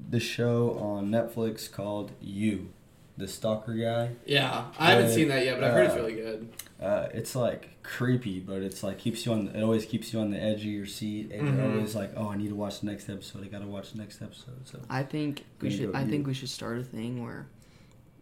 S1: the show on Netflix called You, the stalker guy.
S3: Yeah, I haven't
S1: Uh,
S3: seen that yet, but I've heard it's
S1: uh,
S3: really good.
S1: Uh, it's like creepy, but it's like keeps you on. It always keeps you on the edge of your seat, and you're
S3: Mhm.
S1: always like, "Oh, I need to watch the next episode. I gotta watch the next episode." So
S2: I think we
S1: Gonna
S2: should.
S1: go
S2: I think
S1: you.
S2: we should start a thing where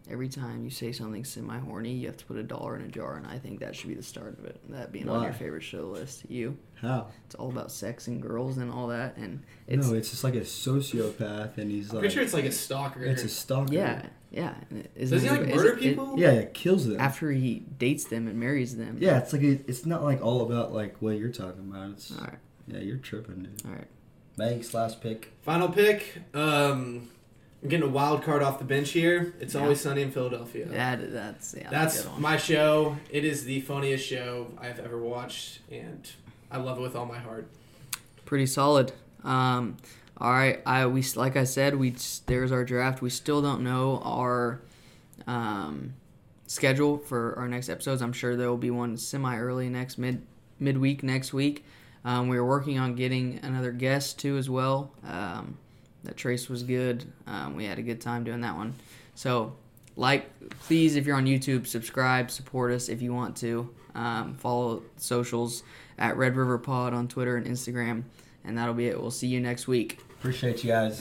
S2: every time you say something semi horny, you have to put a dollar in a jar, and I think that should be the start of it. That being on your
S1: Why?
S2: favorite show list, you.
S1: how?
S2: It's all about sex and girls and all that, and it's
S1: No, it's just like a sociopath, and he's
S3: I'm
S1: like,
S3: pretty sure it's like a stalker.
S1: it's a stalker.
S2: yeah, yeah. and it- isn't
S3: Does he
S2: it-
S3: like
S2: is
S3: murder
S2: it- it-
S3: people?
S1: yeah, it kills them.
S2: after he dates them and marries them.
S1: yeah, it's like a, it's not like all about like what you're talking about. It's
S2: All right.
S1: yeah, you're tripping, dude.
S2: All right.
S1: Thanks. Last pick.
S3: Final pick. Um, I'm getting a wild card off the bench here. It's
S2: Yeah.
S3: always sunny in Philadelphia.
S2: That that's yeah.
S3: That's
S2: good one.
S3: my show. It is the funniest show I've ever watched, and I love it with all my heart.
S2: pretty solid. Um, all right, I we like I said we there's our draft. We still don't know our um, schedule for our next episodes. I'm sure there will be one semi early next mid midweek next week. Um, we are working on getting another guest too as well. Um, that trace was good. Um, we had a good time doing that one. So like please if you're on youtube subscribe support us if you want to um, follow socials at red river pod on twitter and instagram and that'll be it we'll see you next week
S1: Appreciate you guys.